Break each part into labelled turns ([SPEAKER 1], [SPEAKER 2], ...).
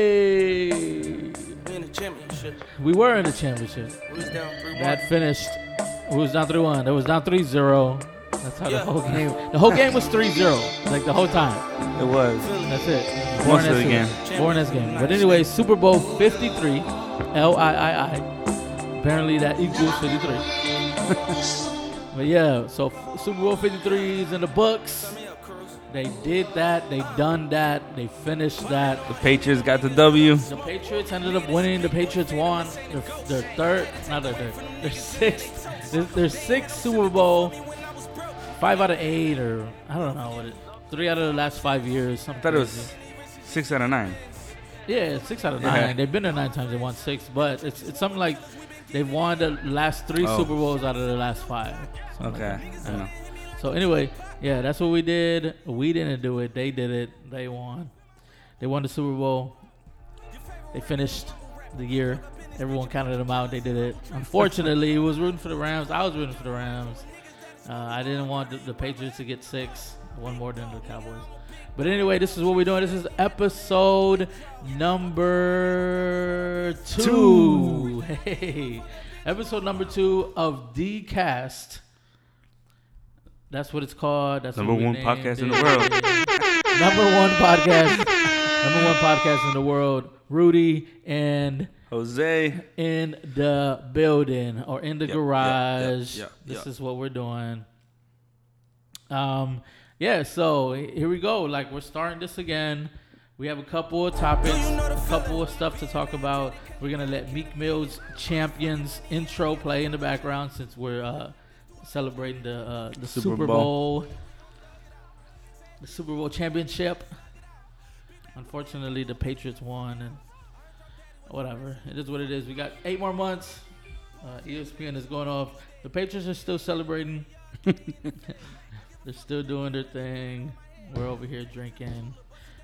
[SPEAKER 1] Hey,
[SPEAKER 2] We in the championship.
[SPEAKER 1] we were in the championship.
[SPEAKER 2] We was down three one.
[SPEAKER 1] That finished. It was down 3 1. It was down 3 0. That's how
[SPEAKER 2] Yeah.
[SPEAKER 1] the whole game. The whole game was 3 0. Like the whole time.
[SPEAKER 3] It was.
[SPEAKER 2] Philly.
[SPEAKER 1] That's it.
[SPEAKER 3] Most of the game.
[SPEAKER 1] Born this game. But anyway, Super Bowl 53. L I I I. Apparently that equals 53. but yeah, so f- Super Bowl 53 is in the books.
[SPEAKER 2] Coming up, Cruz.
[SPEAKER 1] They did that. They done that. They finished that.
[SPEAKER 3] The Patriots got the W.
[SPEAKER 1] The Patriots ended up winning. The Patriots won their, their third, not their third, their sixth, their, their sixth Super Bowl. Five out of eight, or I don't know what it. Three out of the last five years.
[SPEAKER 3] I
[SPEAKER 1] Something
[SPEAKER 3] thought it was
[SPEAKER 1] crazy.
[SPEAKER 3] six out of nine.
[SPEAKER 1] Yeah, it's six out of
[SPEAKER 3] Yeah.
[SPEAKER 1] nine. They've been there nine times. They won six, but it's it's something like they've won the last three
[SPEAKER 3] Oh.
[SPEAKER 1] Super Bowls out of the last five. Something
[SPEAKER 3] Okay.
[SPEAKER 1] like that.
[SPEAKER 3] I
[SPEAKER 1] Yeah.
[SPEAKER 3] know.
[SPEAKER 1] So anyway, yeah, that's what we did. We didn't do it. They did it. They won. They won the Super Bowl. They finished the year. Everyone counted them out. They did it. Unfortunately, it was rooting for the Rams. I was rooting for the Rams. Uh, I didn't want the, the Patriots to get six, one more than the Cowboys. But anyway, this is what we're doing. This is episode number two.
[SPEAKER 3] Two.
[SPEAKER 1] Hey, episode number two of the cast. That's what it's called. That's
[SPEAKER 3] Number
[SPEAKER 1] what we
[SPEAKER 3] one
[SPEAKER 1] named
[SPEAKER 3] podcast in
[SPEAKER 1] it.
[SPEAKER 3] the world.
[SPEAKER 1] Number one podcast. Number one podcast in the world. Rudy and
[SPEAKER 3] Jose.
[SPEAKER 1] in the building or in the
[SPEAKER 3] Yep, yep,
[SPEAKER 1] garage.
[SPEAKER 3] yep, yep,
[SPEAKER 1] this
[SPEAKER 3] yep.
[SPEAKER 1] is what we're doing. Um, yeah. So h- here we go. Like we're starting this again. We have a couple of topics, a couple of stuff to talk about. We're gonna let Meek Mill's Champions intro play in the background since we're uh, celebrating the uh, the Super,
[SPEAKER 3] Super
[SPEAKER 1] Bowl.
[SPEAKER 3] Bowl.
[SPEAKER 1] the Super Bowl championship. Unfortunately, the Patriots won, and whatever. It is what it is. We got eight more months. Uh, ESPN is going off. The Patriots are still celebrating. They're still doing their thing. We're over here drinking.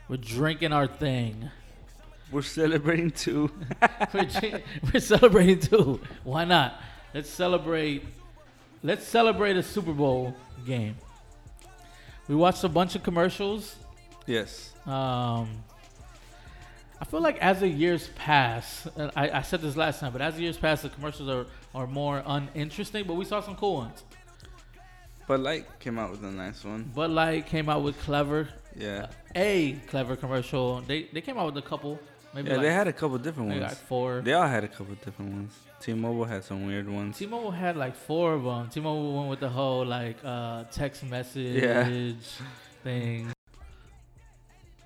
[SPEAKER 1] We're drinking our thing.
[SPEAKER 3] We're celebrating too.
[SPEAKER 1] We're, drink- we're celebrating too. Why not? Let's celebrate. Let's celebrate a Super Bowl game. We watched a bunch of commercials.
[SPEAKER 3] Yes.
[SPEAKER 1] Um, I feel like as the years pass, and I, I said this last time, but as the years pass, the commercials are, are more uninteresting. But we saw some cool ones.
[SPEAKER 3] But Light came out with a nice one.
[SPEAKER 1] Bud Light came out with clever,
[SPEAKER 3] Yeah.
[SPEAKER 1] a clever commercial. They they came out with a couple, maybe
[SPEAKER 3] Yeah,
[SPEAKER 1] like,
[SPEAKER 3] they had a couple different
[SPEAKER 1] maybe like
[SPEAKER 3] ones.
[SPEAKER 1] four.
[SPEAKER 3] They all had a couple different ones. T-Mobile had some weird ones.
[SPEAKER 1] T-Mobile had like four of them. T-Mobile went with the whole like uh, text message thing.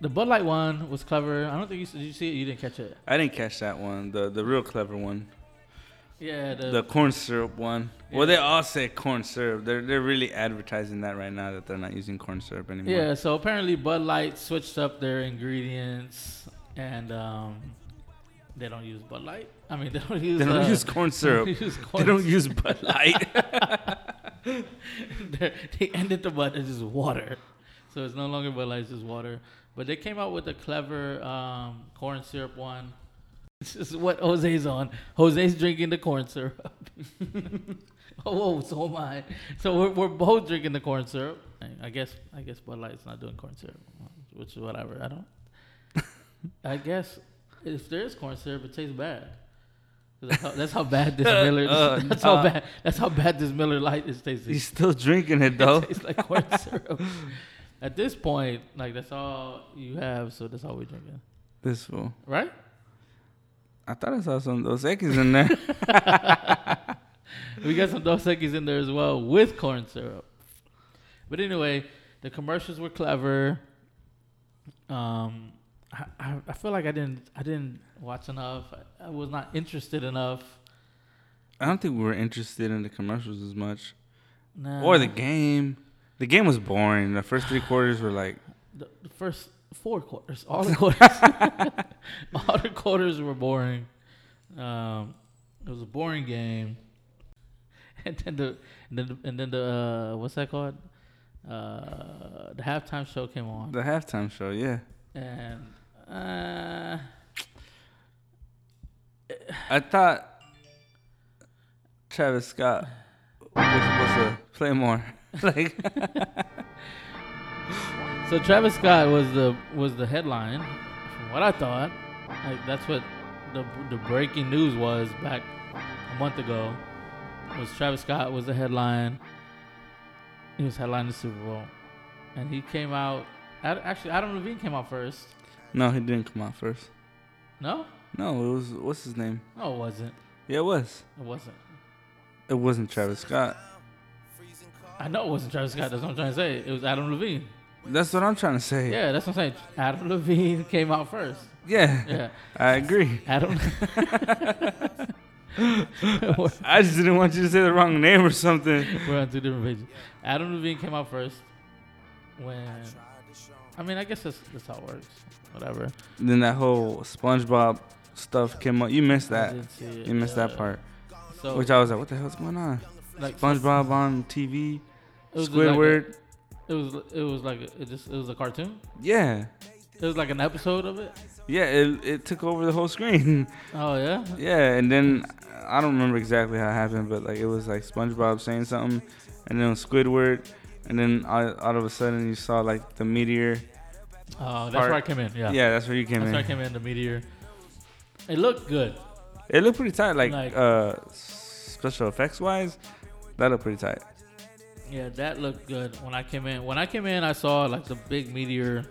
[SPEAKER 1] The Bud Light one was clever. I don't think you s- did you see it. You didn't catch it.
[SPEAKER 3] I didn't catch that one. The the real clever one.
[SPEAKER 1] Yeah, the,
[SPEAKER 3] The corn syrup one. Well, they all say corn syrup. They're they're really advertising that right now that they're not using corn syrup anymore.
[SPEAKER 1] Yeah, so apparently Bud Light switched up their ingredients and um, they don't use Bud Light. I mean, they don't use
[SPEAKER 3] They don't
[SPEAKER 1] uh,
[SPEAKER 3] use corn syrup.
[SPEAKER 1] They, use
[SPEAKER 3] They
[SPEAKER 1] corn
[SPEAKER 3] don't use Bud Light.
[SPEAKER 1] They're- they ended the Bud as just water. So it's no longer Bud Light, it's just water. But they came out with a clever um, corn syrup one. This is what Jose's on. Jose's drinking the corn syrup. oh, whoa, so am I. So we're, we're both drinking the corn syrup. I- I guess I guess Bud Light's not doing corn syrup, which is whatever. I don't. I guess if there is corn syrup, it tastes bad. 'Cause That's how, that's how bad this Miller.
[SPEAKER 3] Uh,
[SPEAKER 1] that's how
[SPEAKER 3] uh.
[SPEAKER 1] bad. That's how bad this Miller Light is tasting.
[SPEAKER 3] He's still drinking it though.
[SPEAKER 1] It tastes like corn syrup. At this point, like that's all you have, so that's all we're drinking,
[SPEAKER 3] This fool.
[SPEAKER 1] right?
[SPEAKER 3] I thought I saw some Dos Equis in there.
[SPEAKER 1] We got some Dos Equis in there as well with corn syrup. But anyway, the commercials were clever. Um, I, I, I feel like I didn't I didn't watch enough. I, I was not interested enough.
[SPEAKER 3] I don't think we were interested in the commercials as much,
[SPEAKER 1] Nah.
[SPEAKER 3] or the game. The game was boring. The first three quarters were like,
[SPEAKER 1] the, the first four quarters, all the quarters, all the quarters were boring. Um, it was a boring game, and then the and then the, and then the uh, what's that called? Uh, the halftime show came on,
[SPEAKER 3] The halftime show, yeah.
[SPEAKER 1] and uh,
[SPEAKER 3] I thought Travis Scott was supposed to play more. like,
[SPEAKER 1] so Travis Scott was the was the headline from what I thought, like that's what the the breaking news was back a month ago. Was Travis Scott was the headline. He was headlining the Super Bowl, and he came out. Ad- Actually, Adam Levine came out first.
[SPEAKER 3] No, he didn't come out first.
[SPEAKER 1] No,
[SPEAKER 3] No, it was what's his name?
[SPEAKER 1] no, it wasn't.
[SPEAKER 3] Yeah, it was.
[SPEAKER 1] It wasn't.
[SPEAKER 3] It wasn't Travis Scott.
[SPEAKER 1] I know it wasn't Travis Scott. That's what I'm trying to say. It was Adam Levine.
[SPEAKER 3] That's what I'm trying to say.
[SPEAKER 1] Yeah, that's what I'm saying. Adam Levine came out first.
[SPEAKER 3] Yeah.
[SPEAKER 1] Yeah,
[SPEAKER 3] I agree.
[SPEAKER 1] Adam. We're-
[SPEAKER 3] I just didn't want you to say the wrong name or something.
[SPEAKER 1] We're on two different pages. Adam Levine came out first. When I mean, I guess that's, that's how it works. Whatever.
[SPEAKER 3] Then that whole SpongeBob stuff came up. You missed
[SPEAKER 1] I
[SPEAKER 3] that.
[SPEAKER 1] didn't see it.
[SPEAKER 3] You missed
[SPEAKER 1] Yeah.
[SPEAKER 3] that part.
[SPEAKER 1] So
[SPEAKER 3] Which I was like, what the hell's going on?
[SPEAKER 1] like
[SPEAKER 3] SpongeBob on TV.
[SPEAKER 1] it was
[SPEAKER 3] Squidward.
[SPEAKER 1] Like a, it was it was like a, it just it was a cartoon.
[SPEAKER 3] yeah.
[SPEAKER 1] It was like an episode of it.
[SPEAKER 3] Yeah, it, it took over the whole screen.
[SPEAKER 1] Oh yeah.
[SPEAKER 3] yeah, and then I don't remember exactly how it happened, but like it was like SpongeBob saying something, and then it was Squidward, and then all, all of a sudden you saw like the meteor.
[SPEAKER 1] Oh, that's
[SPEAKER 3] Part-
[SPEAKER 1] where I came in. Yeah.
[SPEAKER 3] Yeah, that's where you came
[SPEAKER 1] that's
[SPEAKER 3] in.
[SPEAKER 1] where I came in. The meteor. It looked good.
[SPEAKER 3] It looked pretty tight, like,
[SPEAKER 1] Like-
[SPEAKER 3] uh special effects wise. That looked pretty tight.
[SPEAKER 1] Yeah, that looked good when I came in. When I came in, I saw like the big meteor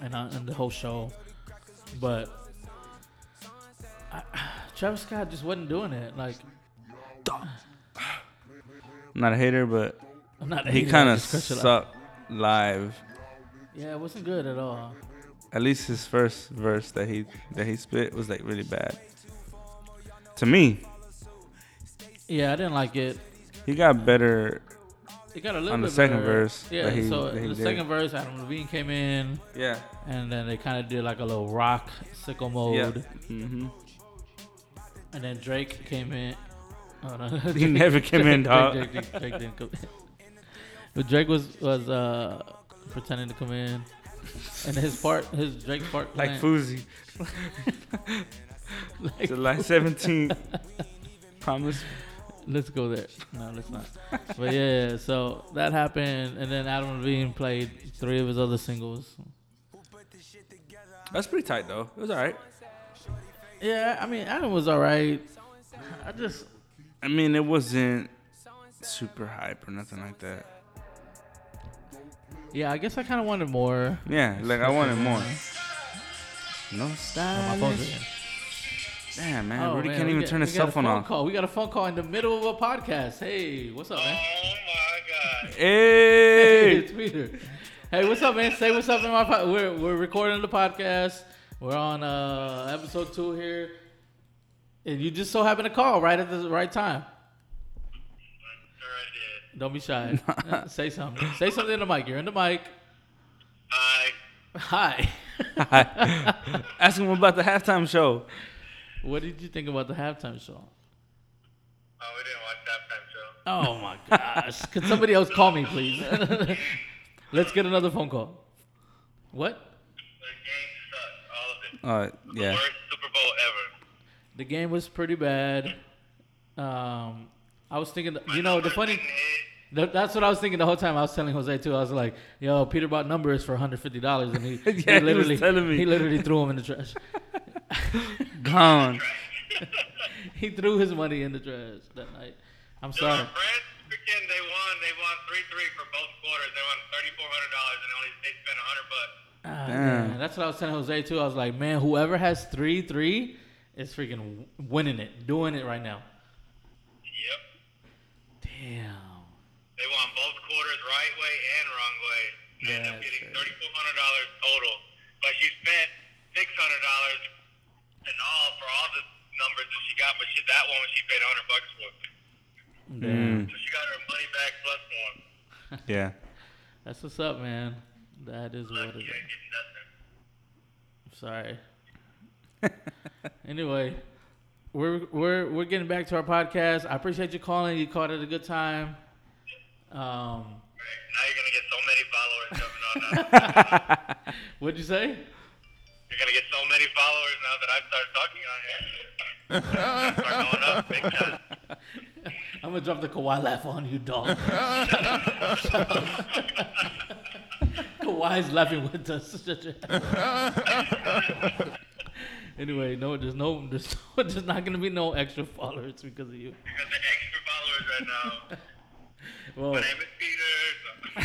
[SPEAKER 1] and, I, and the whole show, but I, Travis Scott just wasn't doing it. Like
[SPEAKER 3] I'm not a hater, but
[SPEAKER 1] I'm not.
[SPEAKER 3] he
[SPEAKER 1] hating
[SPEAKER 3] kind
[SPEAKER 1] on
[SPEAKER 3] of
[SPEAKER 1] this question.
[SPEAKER 3] sucked live.
[SPEAKER 1] Yeah, it wasn't good at all.
[SPEAKER 3] At least his first verse that he that he spit was like really bad. To me,
[SPEAKER 1] Yeah, I didn't like it.
[SPEAKER 3] he got better.
[SPEAKER 1] It got a little
[SPEAKER 3] On the
[SPEAKER 1] bit
[SPEAKER 3] second
[SPEAKER 1] better.
[SPEAKER 3] verse
[SPEAKER 1] Yeah,
[SPEAKER 3] that he-
[SPEAKER 1] so
[SPEAKER 3] that he
[SPEAKER 1] the
[SPEAKER 3] did.
[SPEAKER 1] second verse, Adam Levine came in,
[SPEAKER 3] Yeah.
[SPEAKER 1] and then they kind of did like a little rock sickle mode,
[SPEAKER 3] Yeah. hmm
[SPEAKER 1] and then Drake came in. Oh, no.
[SPEAKER 3] He never came in, dog.
[SPEAKER 1] Drake, Drake, Drake, Drake didn't come in. But Drake was was uh, pretending to come in, and his part, his Drake's part,
[SPEAKER 3] Like
[SPEAKER 1] playing-
[SPEAKER 3] Fousey.
[SPEAKER 1] like-
[SPEAKER 3] July 17th. Promise.
[SPEAKER 1] let's go there. No, let's not. but yeah, yeah, so that happened, and then Adam Levine played three of his other singles.
[SPEAKER 3] That's pretty tight though. It was alright.
[SPEAKER 1] Yeah, I mean Adam was all right. I just
[SPEAKER 3] I mean, it wasn't super hype or nothing like that.
[SPEAKER 1] yeah, I guess I kind of wanted more.
[SPEAKER 3] Yeah, like I wanted more. No
[SPEAKER 1] Oh, my phone's
[SPEAKER 3] stylish.
[SPEAKER 1] ringing.
[SPEAKER 3] Damn man,
[SPEAKER 1] Oh,
[SPEAKER 3] Rudy
[SPEAKER 1] man,
[SPEAKER 3] can't
[SPEAKER 1] we
[SPEAKER 3] even
[SPEAKER 1] got-
[SPEAKER 3] turn
[SPEAKER 1] we got
[SPEAKER 3] his
[SPEAKER 1] a
[SPEAKER 3] cell phone
[SPEAKER 1] phone
[SPEAKER 3] off.
[SPEAKER 1] Call. We got a phone call in the middle of a podcast. Hey, what's up, man?
[SPEAKER 4] Oh my God.
[SPEAKER 1] Hey,
[SPEAKER 3] Hey,
[SPEAKER 1] it's Peter. Hey, what's up, man? Say what's up in my pod. We're, we're recording the podcast. We're on uh, episode two here, and you just so happened to call right at the right time.
[SPEAKER 4] I'm sure I did.
[SPEAKER 1] Don't be shy. Say something. Say something in the mic. You're in the mic.
[SPEAKER 4] I
[SPEAKER 1] Hi.
[SPEAKER 3] ask him about the halftime show.
[SPEAKER 1] what did you think about the halftime show?
[SPEAKER 4] oh we didn't watch that time show.
[SPEAKER 1] Oh my gosh! Could somebody else call me, please? Let's get another phone call. What?
[SPEAKER 4] The game sucked, all of it.
[SPEAKER 3] Uh, yeah.
[SPEAKER 4] Worst Super Bowl ever.
[SPEAKER 1] The game was pretty bad. Um, I was thinking, you know, the funny.
[SPEAKER 4] Didn't hit.
[SPEAKER 1] Th- That's what I was thinking the whole time. I was telling Jose too. I was like, "Yo, Peter bought numbers for 150 dollars, and he,
[SPEAKER 3] Yeah, he
[SPEAKER 1] he
[SPEAKER 3] was
[SPEAKER 1] literally
[SPEAKER 3] telling me.
[SPEAKER 1] he literally threw them in the trash.
[SPEAKER 3] Gone.
[SPEAKER 1] he threw his money in the trash that night. I'm
[SPEAKER 4] Dude,
[SPEAKER 1] sorry.
[SPEAKER 4] our friends, freaking, they won. They won 3-3 for both quarters. They won $3,400 and only they spent 100 bucks.
[SPEAKER 1] Ah, man, that's what I was telling Jose too. I was like, "Man, whoever has three three is freaking w- winning it, doing it right now."
[SPEAKER 4] Yep.
[SPEAKER 1] Damn.
[SPEAKER 4] They won both quarters right way and wrong way. They ended up
[SPEAKER 1] That's
[SPEAKER 4] getting
[SPEAKER 1] crazy.
[SPEAKER 4] $3,400 total. But she spent $600 in all for all the numbers that she got. But she, that one she paid 100 bucks for.
[SPEAKER 1] Damn.
[SPEAKER 4] So she got her money back plus one.
[SPEAKER 3] Yeah.
[SPEAKER 1] That's what's up, man. That is what it is.
[SPEAKER 4] Yeah, getting nothing.
[SPEAKER 1] Sorry. anyway, we're we're we're getting back to our podcast. I appreciate you calling. You called at a good time. Um,
[SPEAKER 4] Right. Now you're gonna get so many followers coming on now.
[SPEAKER 1] what'd you say?
[SPEAKER 4] you're gonna get so many followers now that I start talking on here. start going up big time.
[SPEAKER 1] I'm gonna drop the Kawhi laugh on you, dog. Kawhi why he's laughing with us. Shut your ass. anyway, no, there's no, there's no, there's not gonna be no extra followers because of you.
[SPEAKER 4] Got the extra followers right now.
[SPEAKER 1] Well,
[SPEAKER 4] My name is Peter. So.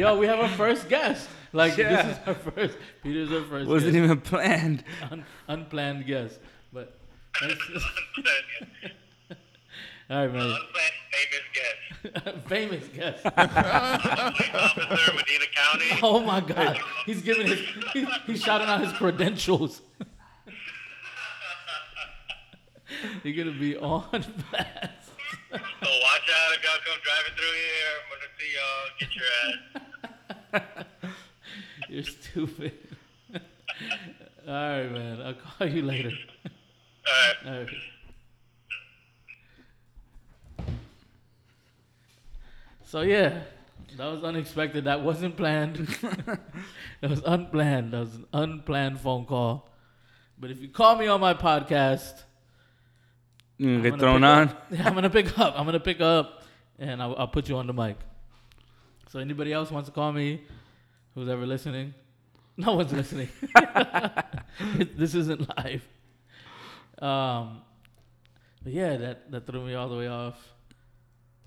[SPEAKER 1] yo, we have our first guest. Like
[SPEAKER 3] Yeah.
[SPEAKER 1] this is our first. Peter's our first.
[SPEAKER 3] Wasn't
[SPEAKER 1] guest.
[SPEAKER 3] even planned.
[SPEAKER 1] Un- unplanned guest, but.
[SPEAKER 4] Unplanned
[SPEAKER 1] All right, man.
[SPEAKER 4] famous guest.
[SPEAKER 1] Famous guest.
[SPEAKER 4] Police officer, Medina County.
[SPEAKER 1] Oh my God. He's giving his, he, he's shouting out his credentials. You're going to be on blast.
[SPEAKER 4] So watch out if y'all come driving through here. I'm gonna see y'all. Get your ass.
[SPEAKER 1] You're stupid. All right, man. I'll call you later.
[SPEAKER 4] Alright.
[SPEAKER 1] All right. So, yeah, that was unexpected. That wasn't planned. that was unplanned. That was an unplanned phone call. But if you call me on my podcast,
[SPEAKER 3] You gonna get
[SPEAKER 1] I'm gonna
[SPEAKER 3] Mm, thrown
[SPEAKER 1] pick
[SPEAKER 3] on?
[SPEAKER 1] up- Yeah, I'm gonna pick up. I'm gonna pick up, and I'll, I'll put you on the mic. So anybody else wants to call me, who's ever listening, no one's listening. It- this isn't live. Um, but yeah, that that threw me all the way off.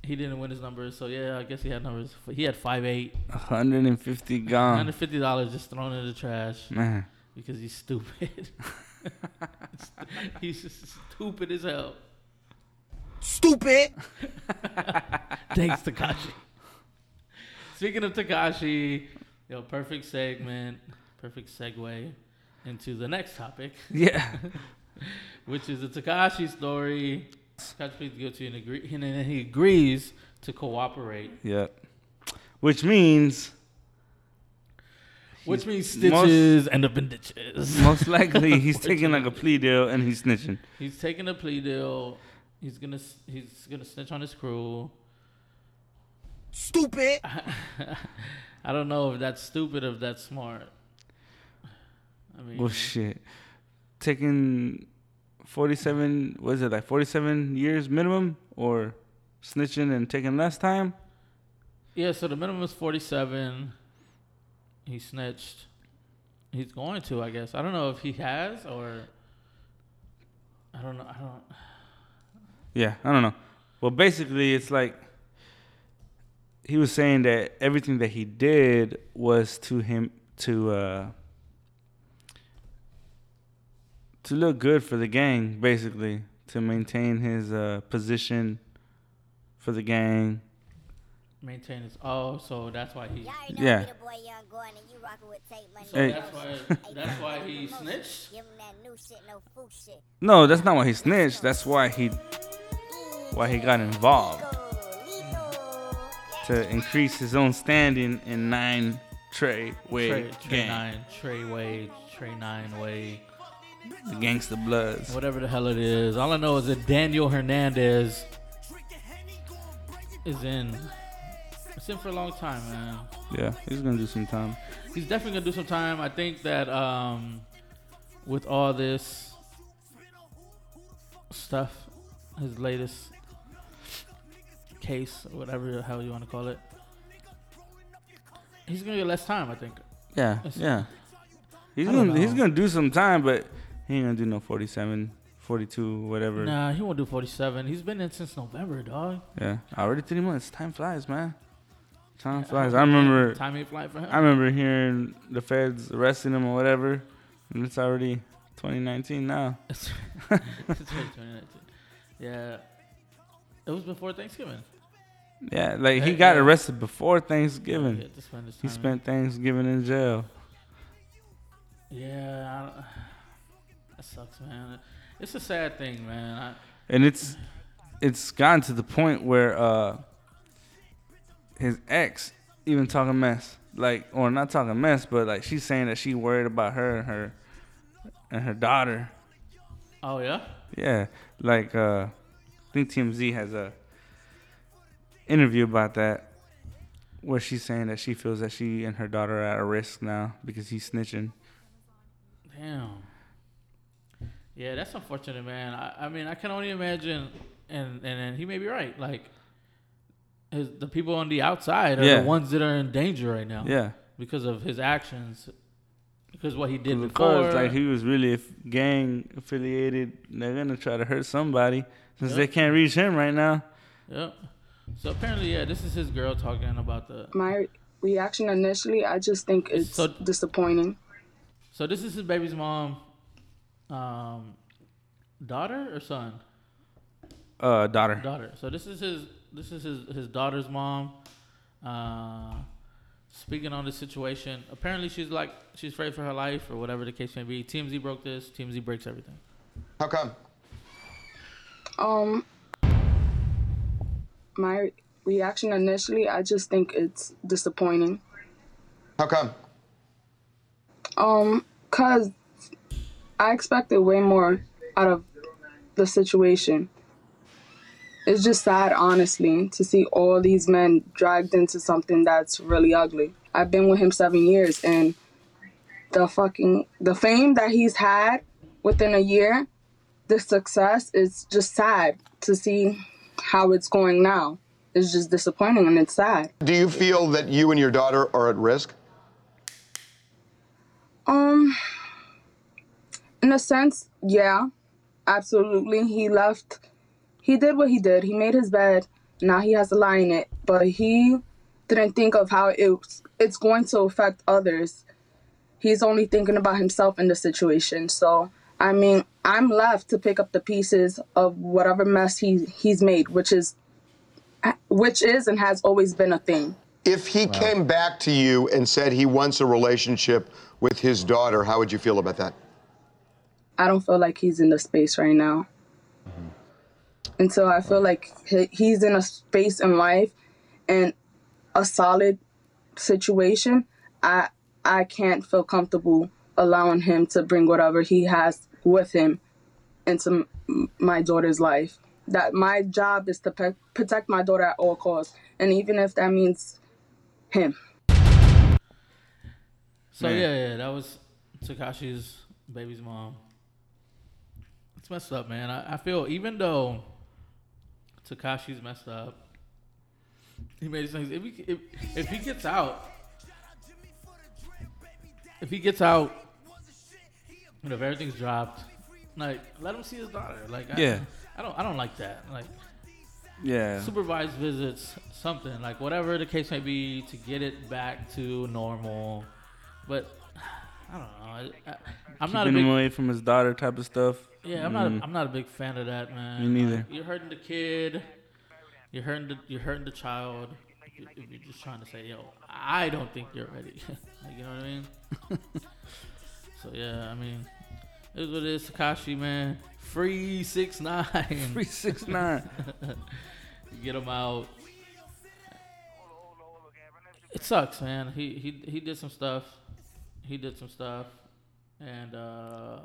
[SPEAKER 1] He didn't win his numbers, so yeah, I guess he had numbers. He had five eight.
[SPEAKER 3] 150 gone.
[SPEAKER 1] Hundred fifty dollars just thrown in the trash
[SPEAKER 3] Man,
[SPEAKER 1] because he's stupid. he's just stupid as hell.
[SPEAKER 5] Stupid.
[SPEAKER 1] Thanks, Takashi. Speaking of Takashi, yo, perfect segment, perfect segue into the next topic,
[SPEAKER 3] yeah.
[SPEAKER 1] which is the Takashi story. Takashi pleads guilty and, agree- and then he agrees to cooperate,
[SPEAKER 3] Yep. Which means
[SPEAKER 1] which means
[SPEAKER 3] most-
[SPEAKER 1] stitches end up in ditches.
[SPEAKER 3] most likely he's taking like a plea deal and he's snitching.
[SPEAKER 1] He's taking a plea deal. He's gonna s- he's gonna snitch on his crew.
[SPEAKER 5] Stupid.
[SPEAKER 1] I don't know if that's stupid or if that's smart. I mean,
[SPEAKER 3] Well, shit. Taking 47, what is it, like 47 years minimum? Or snitching and taking less time?
[SPEAKER 1] Yeah, so the minimum is 47. He snitched. He's going to, I guess. I don't know if he has or I don't know. I don't
[SPEAKER 3] Yeah, I don't know. Well, basically, it's like he was saying that everything that he did was to him to uh to look good for the gang, basically to maintain his uh position for the gang.
[SPEAKER 1] maintain his oh, so that's why he
[SPEAKER 6] Y'all already know
[SPEAKER 3] Yeah.
[SPEAKER 6] me, the boy Young Gordon, and you rockin' with Tate Money.
[SPEAKER 3] Hey.
[SPEAKER 1] that's why that's why he snitched.
[SPEAKER 6] Give him that new shit, no fool shit.
[SPEAKER 3] No, that's not why he snitched. That's why he why he got involved to increase his own standing in nine Trey
[SPEAKER 1] Trey,
[SPEAKER 3] Way
[SPEAKER 1] Trey
[SPEAKER 3] gang,
[SPEAKER 1] nine, Trey Way, Trey nine way,
[SPEAKER 3] the gangster bloods.
[SPEAKER 1] whatever the hell it is. All I know is that Daniel Hernandez is in. It's in for a long time, man.
[SPEAKER 3] Yeah, he's gonna do some time.
[SPEAKER 1] he's definitely gonna do some time. I think that um, with all this stuff, his latest case, or whatever the hell you want to call it, he's gonna get less time. I think.
[SPEAKER 3] Yeah,
[SPEAKER 1] It's-
[SPEAKER 3] yeah. He's
[SPEAKER 1] I don't
[SPEAKER 3] gonna he's
[SPEAKER 1] know.
[SPEAKER 3] gonna do some time, but he ain't gonna do no 47, 42, whatever.
[SPEAKER 1] Nah, he won't do 47. He's been in since November, dog.
[SPEAKER 3] Yeah, already three months. Time flies, man. Time flies. I remember
[SPEAKER 1] Time ain't flying for him.
[SPEAKER 3] I remember hearing the feds arresting him or whatever, and it's already 2019 now.
[SPEAKER 1] It's 2019. Yeah, it was before Thanksgiving.
[SPEAKER 3] Yeah, like he
[SPEAKER 1] Yeah,
[SPEAKER 3] got
[SPEAKER 1] yeah.
[SPEAKER 3] arrested before Thanksgiving.
[SPEAKER 1] Yeah, to spend his
[SPEAKER 3] He
[SPEAKER 1] time.
[SPEAKER 3] spent Thanksgiving in jail.
[SPEAKER 1] Yeah, I don't- that sucks, man. It's a sad thing, man.
[SPEAKER 3] and it's it's gotten to the point where uh his ex even talking mess like or not talking mess but like she's saying that she worried about her and her and her daughter
[SPEAKER 1] I, oh yeah,
[SPEAKER 3] yeah like uh i think tmz has a interview about that where she's saying that she feels that she and her daughter are at risk now because he's snitching
[SPEAKER 1] damn. Yeah, that's unfortunate, man. I, I mean, I can only imagine, and, and and he may be right. Like his, the people on the outside are
[SPEAKER 3] Yeah.
[SPEAKER 1] the ones that are in danger right now.
[SPEAKER 3] Yeah.
[SPEAKER 1] Because of his actions, because what he did
[SPEAKER 3] Of course,
[SPEAKER 1] before.
[SPEAKER 3] like he was really f- gang affiliated. They're gonna try to hurt somebody since they
[SPEAKER 1] Yep.
[SPEAKER 3] can't reach him right now.
[SPEAKER 1] Yep. So apparently, yeah, this is his girl talking about the.
[SPEAKER 7] my reaction initially, I just think it's
[SPEAKER 1] So-
[SPEAKER 7] disappointing.
[SPEAKER 1] So this is his baby's mom, um, daughter or son?
[SPEAKER 3] Uh, daughter.
[SPEAKER 1] Daughter. So this is his. This is his his daughter's mom. Uh, speaking on the situation. Apparently, she's like she's afraid for her life or whatever the case may be. TMZ broke this. TMZ breaks everything.
[SPEAKER 8] How come?
[SPEAKER 7] Um, my reaction initially, I just think it's disappointing.
[SPEAKER 8] How come?
[SPEAKER 7] Um, cause I expected way more out of the situation. It's just sad, honestly, to see all these men dragged into something that's really ugly. I've been with him seven years, and the fucking the fame that he's had within a year, the success is just sad to see how it's going now. It's just disappointing and it's sad.
[SPEAKER 8] Do you feel that you and your daughter are at risk?
[SPEAKER 7] Um, in a sense, yeah, absolutely. He left. He did what he did. He made his bed. Now he has to lie in it. But he didn't think of how it's it's going to affect others. He's only thinking about himself in the situation. So I mean, I'm left to pick up the pieces of whatever mess he he's made, which is which is and has always been a thing.
[SPEAKER 8] If he came back to you and said he wants a relationship with his daughter, how would you feel about that?
[SPEAKER 7] I don't feel like he's in the space right now. And so I feel like he- he's in a space in life and a solid situation. I I can't feel comfortable allowing him to bring whatever he has with him into m- my daughter's life. That my job is to pe- protect my daughter at all costs, and even if that means him.
[SPEAKER 1] So
[SPEAKER 3] Man.
[SPEAKER 1] yeah, yeah, that was Takashi's baby's mom. It's messed up, man. I, I feel even though Takashi's messed up, he made his things. If he if, if he gets out, if he gets out, and if everything's dropped, like let him see his daughter. Like I,
[SPEAKER 3] Yeah.
[SPEAKER 1] I don't I don't like that. Like
[SPEAKER 3] Yeah.
[SPEAKER 1] supervised visits, something like whatever the case may be to get it back to normal. But I don't know. I, I, I'm not a
[SPEAKER 3] Keeping
[SPEAKER 1] big
[SPEAKER 3] him away from his daughter type of stuff.
[SPEAKER 1] yeah. I'm not. A, I'm not a big fan of that, man.
[SPEAKER 3] Mm-hmm. Me neither.
[SPEAKER 1] Like, you're hurting the kid. You're hurting. The, you're hurting the child. If you- if you're just trying to say, yo, I don't think you're ready. like, you know what I mean? so yeah, I mean, it is what it is. Takashi, man. Free six nine.
[SPEAKER 3] Three six nine.
[SPEAKER 1] get him out. It sucks, man. He he he did some stuff. He did some stuff, and uh,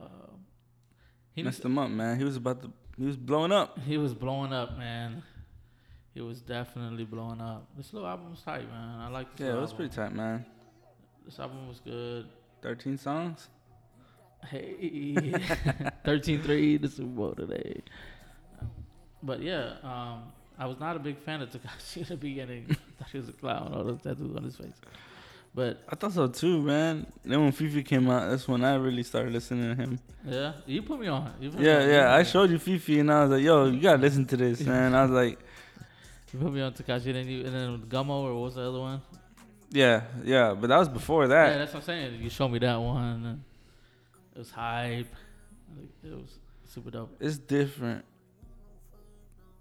[SPEAKER 1] he
[SPEAKER 3] Messed him up, man. He was about to. He was blowing up.
[SPEAKER 1] he was blowing up, man. He was definitely blowing up. This little album was tight, man. I like this.
[SPEAKER 3] Yeah, it
[SPEAKER 1] little
[SPEAKER 3] was pretty
[SPEAKER 1] album.
[SPEAKER 3] tight, man.
[SPEAKER 1] This album was good.
[SPEAKER 3] Thirteen songs.
[SPEAKER 1] Hey, 13-3, the Super Bowl today. But yeah, um, I was not a big fan of Takashi in the beginning. I thought he was a clown, all those tattoos on his face. But
[SPEAKER 3] I thought so too, man. Then when Fifi came out, that's when I really started listening to him.
[SPEAKER 1] yeah, you put me on. You put me
[SPEAKER 3] Yeah,
[SPEAKER 1] on-
[SPEAKER 3] yeah. I showed you Fifi, and I was like, "Yo, you gotta listen to this, man." I was like,
[SPEAKER 1] You put me on Takashi, and then you, and then Gummo, or what was the other one?
[SPEAKER 3] "Yeah, yeah," but that was before
[SPEAKER 1] Yeah,
[SPEAKER 3] that.
[SPEAKER 1] that's what I'm saying. You showed me that one. and It was hype. Like, It was super dope.
[SPEAKER 3] It's different.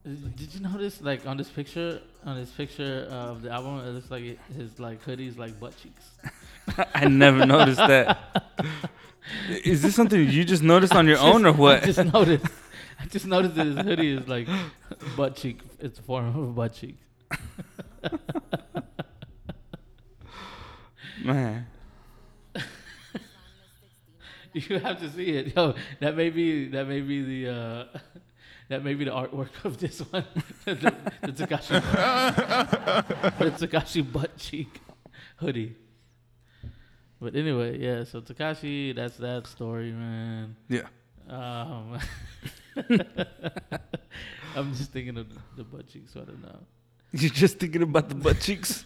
[SPEAKER 1] Did you notice, like, on this picture, on this picture of the album, it looks like it, his like hoodies, like butt cheeks.
[SPEAKER 3] I never noticed that. Is this something you just noticed on your own or
[SPEAKER 1] I
[SPEAKER 3] what?
[SPEAKER 1] just noticed. I just noticed that his hoodie is like butt cheek. It's a form of butt cheek.
[SPEAKER 3] Man,
[SPEAKER 1] You have to see it, yo. That may be that may be the uh, that may be the artwork of this one. the the Takashi the Takashi butt cheek hoodie. But anyway, yeah. So Takashi, that's that story, man.
[SPEAKER 3] yeah.
[SPEAKER 1] Um, I'm just thinking of the butt cheeks. So I don't know.
[SPEAKER 3] You're just thinking about the butt cheeks.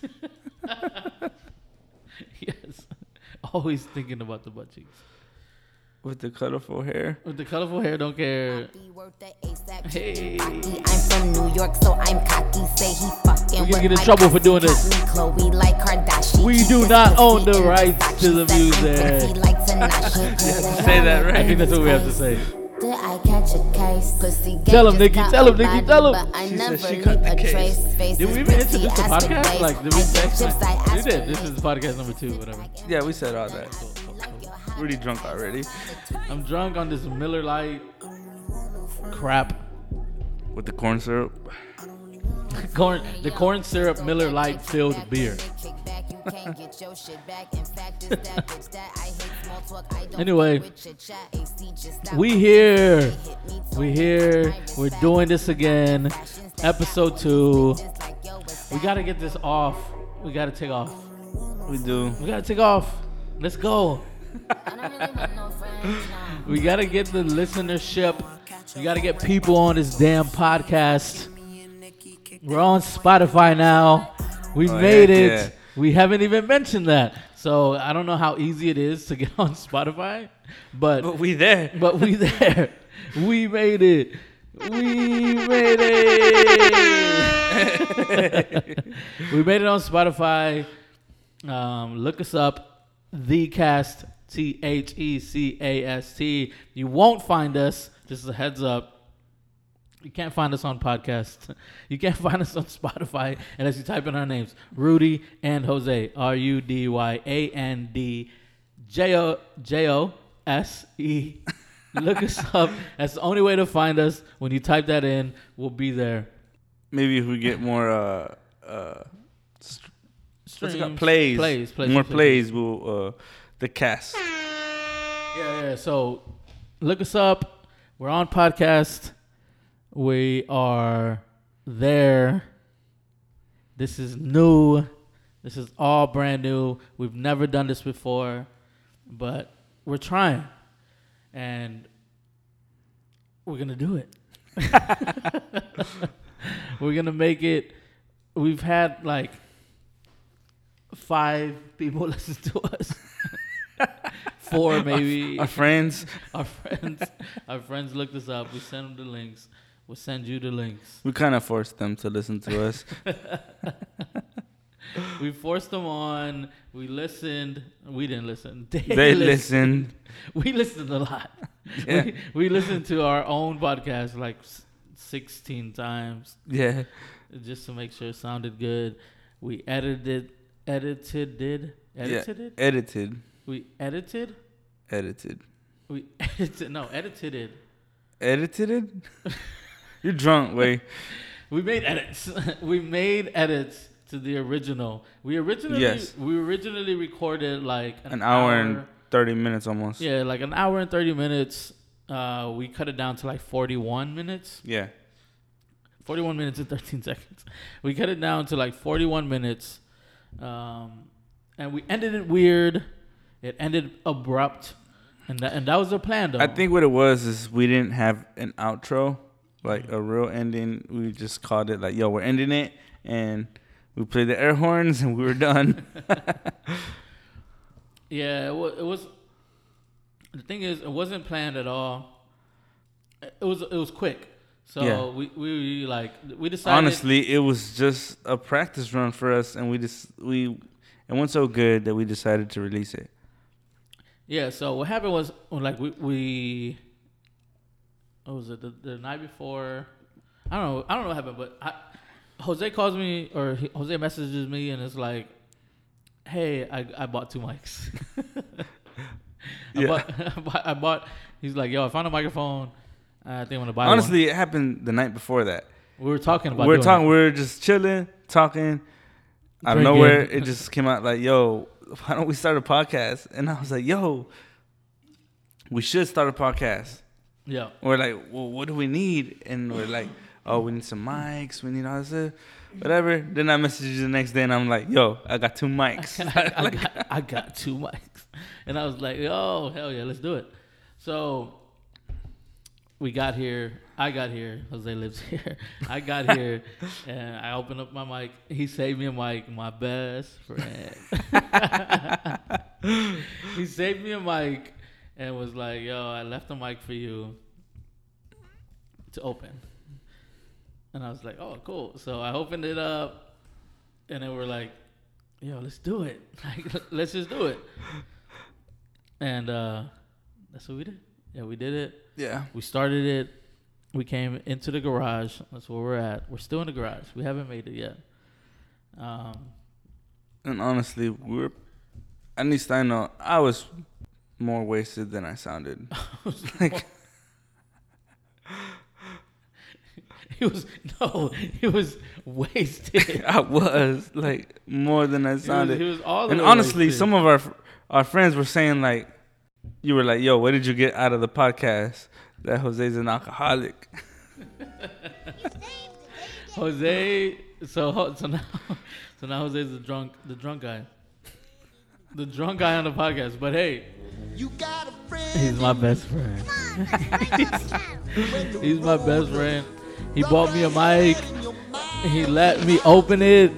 [SPEAKER 1] yes. Always thinking about the butt cheeks.
[SPEAKER 3] with the colorful hair.
[SPEAKER 1] With the colorful hair, don't care. Hey.
[SPEAKER 9] Cocky, I'm from New York, so I'm cocky. Say he fucking
[SPEAKER 1] We're gonna
[SPEAKER 9] with
[SPEAKER 1] get in
[SPEAKER 9] my
[SPEAKER 1] trouble for doing
[SPEAKER 9] cousin,
[SPEAKER 1] this.
[SPEAKER 9] caught me Khloe like Kardashian.
[SPEAKER 1] We
[SPEAKER 9] Keep
[SPEAKER 1] do
[SPEAKER 9] this
[SPEAKER 1] not
[SPEAKER 9] pussy
[SPEAKER 1] own the
[SPEAKER 9] in
[SPEAKER 1] rights
[SPEAKER 9] Versace.
[SPEAKER 1] to the
[SPEAKER 9] Said I'm
[SPEAKER 1] music.
[SPEAKER 9] pretty like Tinashe.
[SPEAKER 3] Say that
[SPEAKER 1] I
[SPEAKER 3] right.
[SPEAKER 1] think that's what we have to say.
[SPEAKER 9] Did I catch a case? Pussy gay,
[SPEAKER 1] Tell 'em,
[SPEAKER 9] just
[SPEAKER 1] Nikki,
[SPEAKER 9] got
[SPEAKER 1] tell 'em,
[SPEAKER 9] a
[SPEAKER 1] Nikki,
[SPEAKER 9] body,
[SPEAKER 1] tell 'em.
[SPEAKER 9] But I
[SPEAKER 3] She said
[SPEAKER 9] never
[SPEAKER 3] she
[SPEAKER 9] leave
[SPEAKER 3] got the
[SPEAKER 9] a
[SPEAKER 3] case.
[SPEAKER 9] trace.
[SPEAKER 1] Did
[SPEAKER 9] Faces
[SPEAKER 1] we even
[SPEAKER 9] pretty
[SPEAKER 1] introduce the
[SPEAKER 9] as they
[SPEAKER 1] podcast?
[SPEAKER 9] lace.
[SPEAKER 1] Like, did
[SPEAKER 9] I
[SPEAKER 1] we
[SPEAKER 9] get
[SPEAKER 1] text?
[SPEAKER 9] chips, I
[SPEAKER 1] We
[SPEAKER 9] ask for
[SPEAKER 1] did. This is podcast number two, whatever.
[SPEAKER 3] Yeah, we said all that. Really drunk already.
[SPEAKER 1] I'm drunk on this Miller Lite crap.
[SPEAKER 3] With the corn syrup.
[SPEAKER 1] Corn, the corn syrup Miller Lite filled beer. Anyway,
[SPEAKER 9] anyway,
[SPEAKER 1] We here. We here. We're doing this again. Episode two. We gotta get this off. We gotta take off.
[SPEAKER 3] We do.
[SPEAKER 1] We gotta take off. Let's go. We gotta get the listenership. We gotta get people on this damn podcast. We're on Spotify now. We
[SPEAKER 3] Oh,
[SPEAKER 1] made
[SPEAKER 3] yeah,
[SPEAKER 1] it.
[SPEAKER 3] yeah.
[SPEAKER 1] We haven't even mentioned that. So I don't know how easy it is to get on Spotify,
[SPEAKER 3] But we there.
[SPEAKER 1] but we there. We made it. We made it. we made it on Spotify. Um, look us up, The Cast, T H E C A S T. You won't find us. Just a heads up. You can't find us on podcast. You can't find us on Spotify unless you type in our names, Rudy and Jose, R U D Y A N D J O J O S E. Look us up. That's the only way to find us. When you type that in, we'll be there.
[SPEAKER 3] Maybe if we get more uh uh what's it called?
[SPEAKER 1] Streams,
[SPEAKER 3] plays.
[SPEAKER 1] plays, plays,
[SPEAKER 3] More
[SPEAKER 1] plays.
[SPEAKER 3] plays will uh the cast.
[SPEAKER 1] Yeah, yeah. So look us up. We're on podcast. We are there. This is new. This is all brand new. We've never done this before, but we're trying. And we're going to do it. we're going to make it. We've had like five people listen to us. Four maybe
[SPEAKER 3] Our friends,
[SPEAKER 1] our friends our friends look this up we send them the links we'll send you the links
[SPEAKER 3] we kind of forced them to listen to us.
[SPEAKER 1] we forced them on we listened we didn't listen they,
[SPEAKER 3] They
[SPEAKER 1] listened.
[SPEAKER 3] listened.
[SPEAKER 1] we listened a lot
[SPEAKER 3] Yeah.
[SPEAKER 1] we, we listened to our own podcast like s- 16 times
[SPEAKER 3] Yeah.
[SPEAKER 1] just to make sure it sounded good we edited edited did edited
[SPEAKER 3] yeah. Eh
[SPEAKER 1] it
[SPEAKER 3] Edited.
[SPEAKER 1] we edited
[SPEAKER 3] Edited.
[SPEAKER 1] we edited no edited it
[SPEAKER 3] Edited it? You're drunk, way.
[SPEAKER 1] We made edits. we made edits to the original. We originally
[SPEAKER 3] Yes.
[SPEAKER 1] we originally recorded like
[SPEAKER 3] An hour and 30 minutes almost.
[SPEAKER 1] yeah, like an hour and thirty minutes. Uh, we cut it down to like forty-one minutes.
[SPEAKER 3] Yeah.
[SPEAKER 1] 41 minutes and 13 seconds. We cut it down to like 41 minutes. Um, and we ended it weird. It ended abrupt. And that, and that was the plan, though.
[SPEAKER 3] I think what it was is we didn't have an outro, like a real ending. We just called it like, "Yo, we're ending it," and we played the air horns and we were done.
[SPEAKER 1] Yeah, it was, it was. The thing is, it wasn't planned at all. It was it was quick. So
[SPEAKER 3] Yeah.
[SPEAKER 1] we, we like we decided.
[SPEAKER 3] Honestly, it was just a practice run for us, and we just we it went so good that we decided to release it.
[SPEAKER 1] Yeah. So what happened was like we we. What was it the, the night before? I don't know. I don't know what happened, but I, Jose calls me or he, Jose messages me and it's like, "Hey, I I bought two mics." I,
[SPEAKER 3] Yeah.
[SPEAKER 1] bought, I bought. I bought. He's like, "Yo, I found a microphone. I think I'm gonna buy one."
[SPEAKER 3] Honestly, it happened the night before that.
[SPEAKER 1] We were talking about.
[SPEAKER 3] we're
[SPEAKER 1] doing
[SPEAKER 3] talking.
[SPEAKER 1] it.
[SPEAKER 3] We're just chilling, talking. Out
[SPEAKER 1] Drinking.
[SPEAKER 3] of nowhere, it just came out like, "Yo, why don't we start a podcast?" And I was like, "Yo, we should start a podcast."
[SPEAKER 1] Yeah.
[SPEAKER 3] we're like, well, what do we need? And we're like, oh, we need some mics. We need all this, uh, whatever. Then I message you the next day, and I'm like, yo, I got two mics.
[SPEAKER 1] I
[SPEAKER 3] Like,
[SPEAKER 1] got, I got two oh, mics, and I was like, "Yo, hell yeah, let's do it." So we got here. I got here. Jose lives here. I got here, and I opened up my mic. He saved me a mic. My best friend. he saved me a mic, and was like, "Yo, I left a mic for you to open." And I was like, "Oh, cool." So I opened it up, and then we're like, "Yo, let's do it. Like, let's just do it." And uh, that's what we did. Yeah, we did it.
[SPEAKER 3] Yeah.
[SPEAKER 1] We started it. We came into the garage. That's where we're at. We're still in the garage. We haven't made it yet. Um,
[SPEAKER 3] And honestly, we were. At least I know I was more wasted than I sounded. like,
[SPEAKER 1] he was no, he was wasted.
[SPEAKER 3] I was like more than I sounded.
[SPEAKER 1] he was all the
[SPEAKER 3] and
[SPEAKER 1] way
[SPEAKER 3] honestly,
[SPEAKER 1] wasted.
[SPEAKER 3] some of our our friends were saying like, you were like, "Yo, what did you get out of the podcast?" That Jose's an alcoholic.
[SPEAKER 1] Jose. So ho- so now so now Jose's the drunk the drunk guy, the drunk guy on the podcast. But hey,
[SPEAKER 5] You got a friend.
[SPEAKER 1] he's my best friend.
[SPEAKER 6] Come on, let's break up now.
[SPEAKER 1] He's my best friend. He bought me a mic. He let me open it.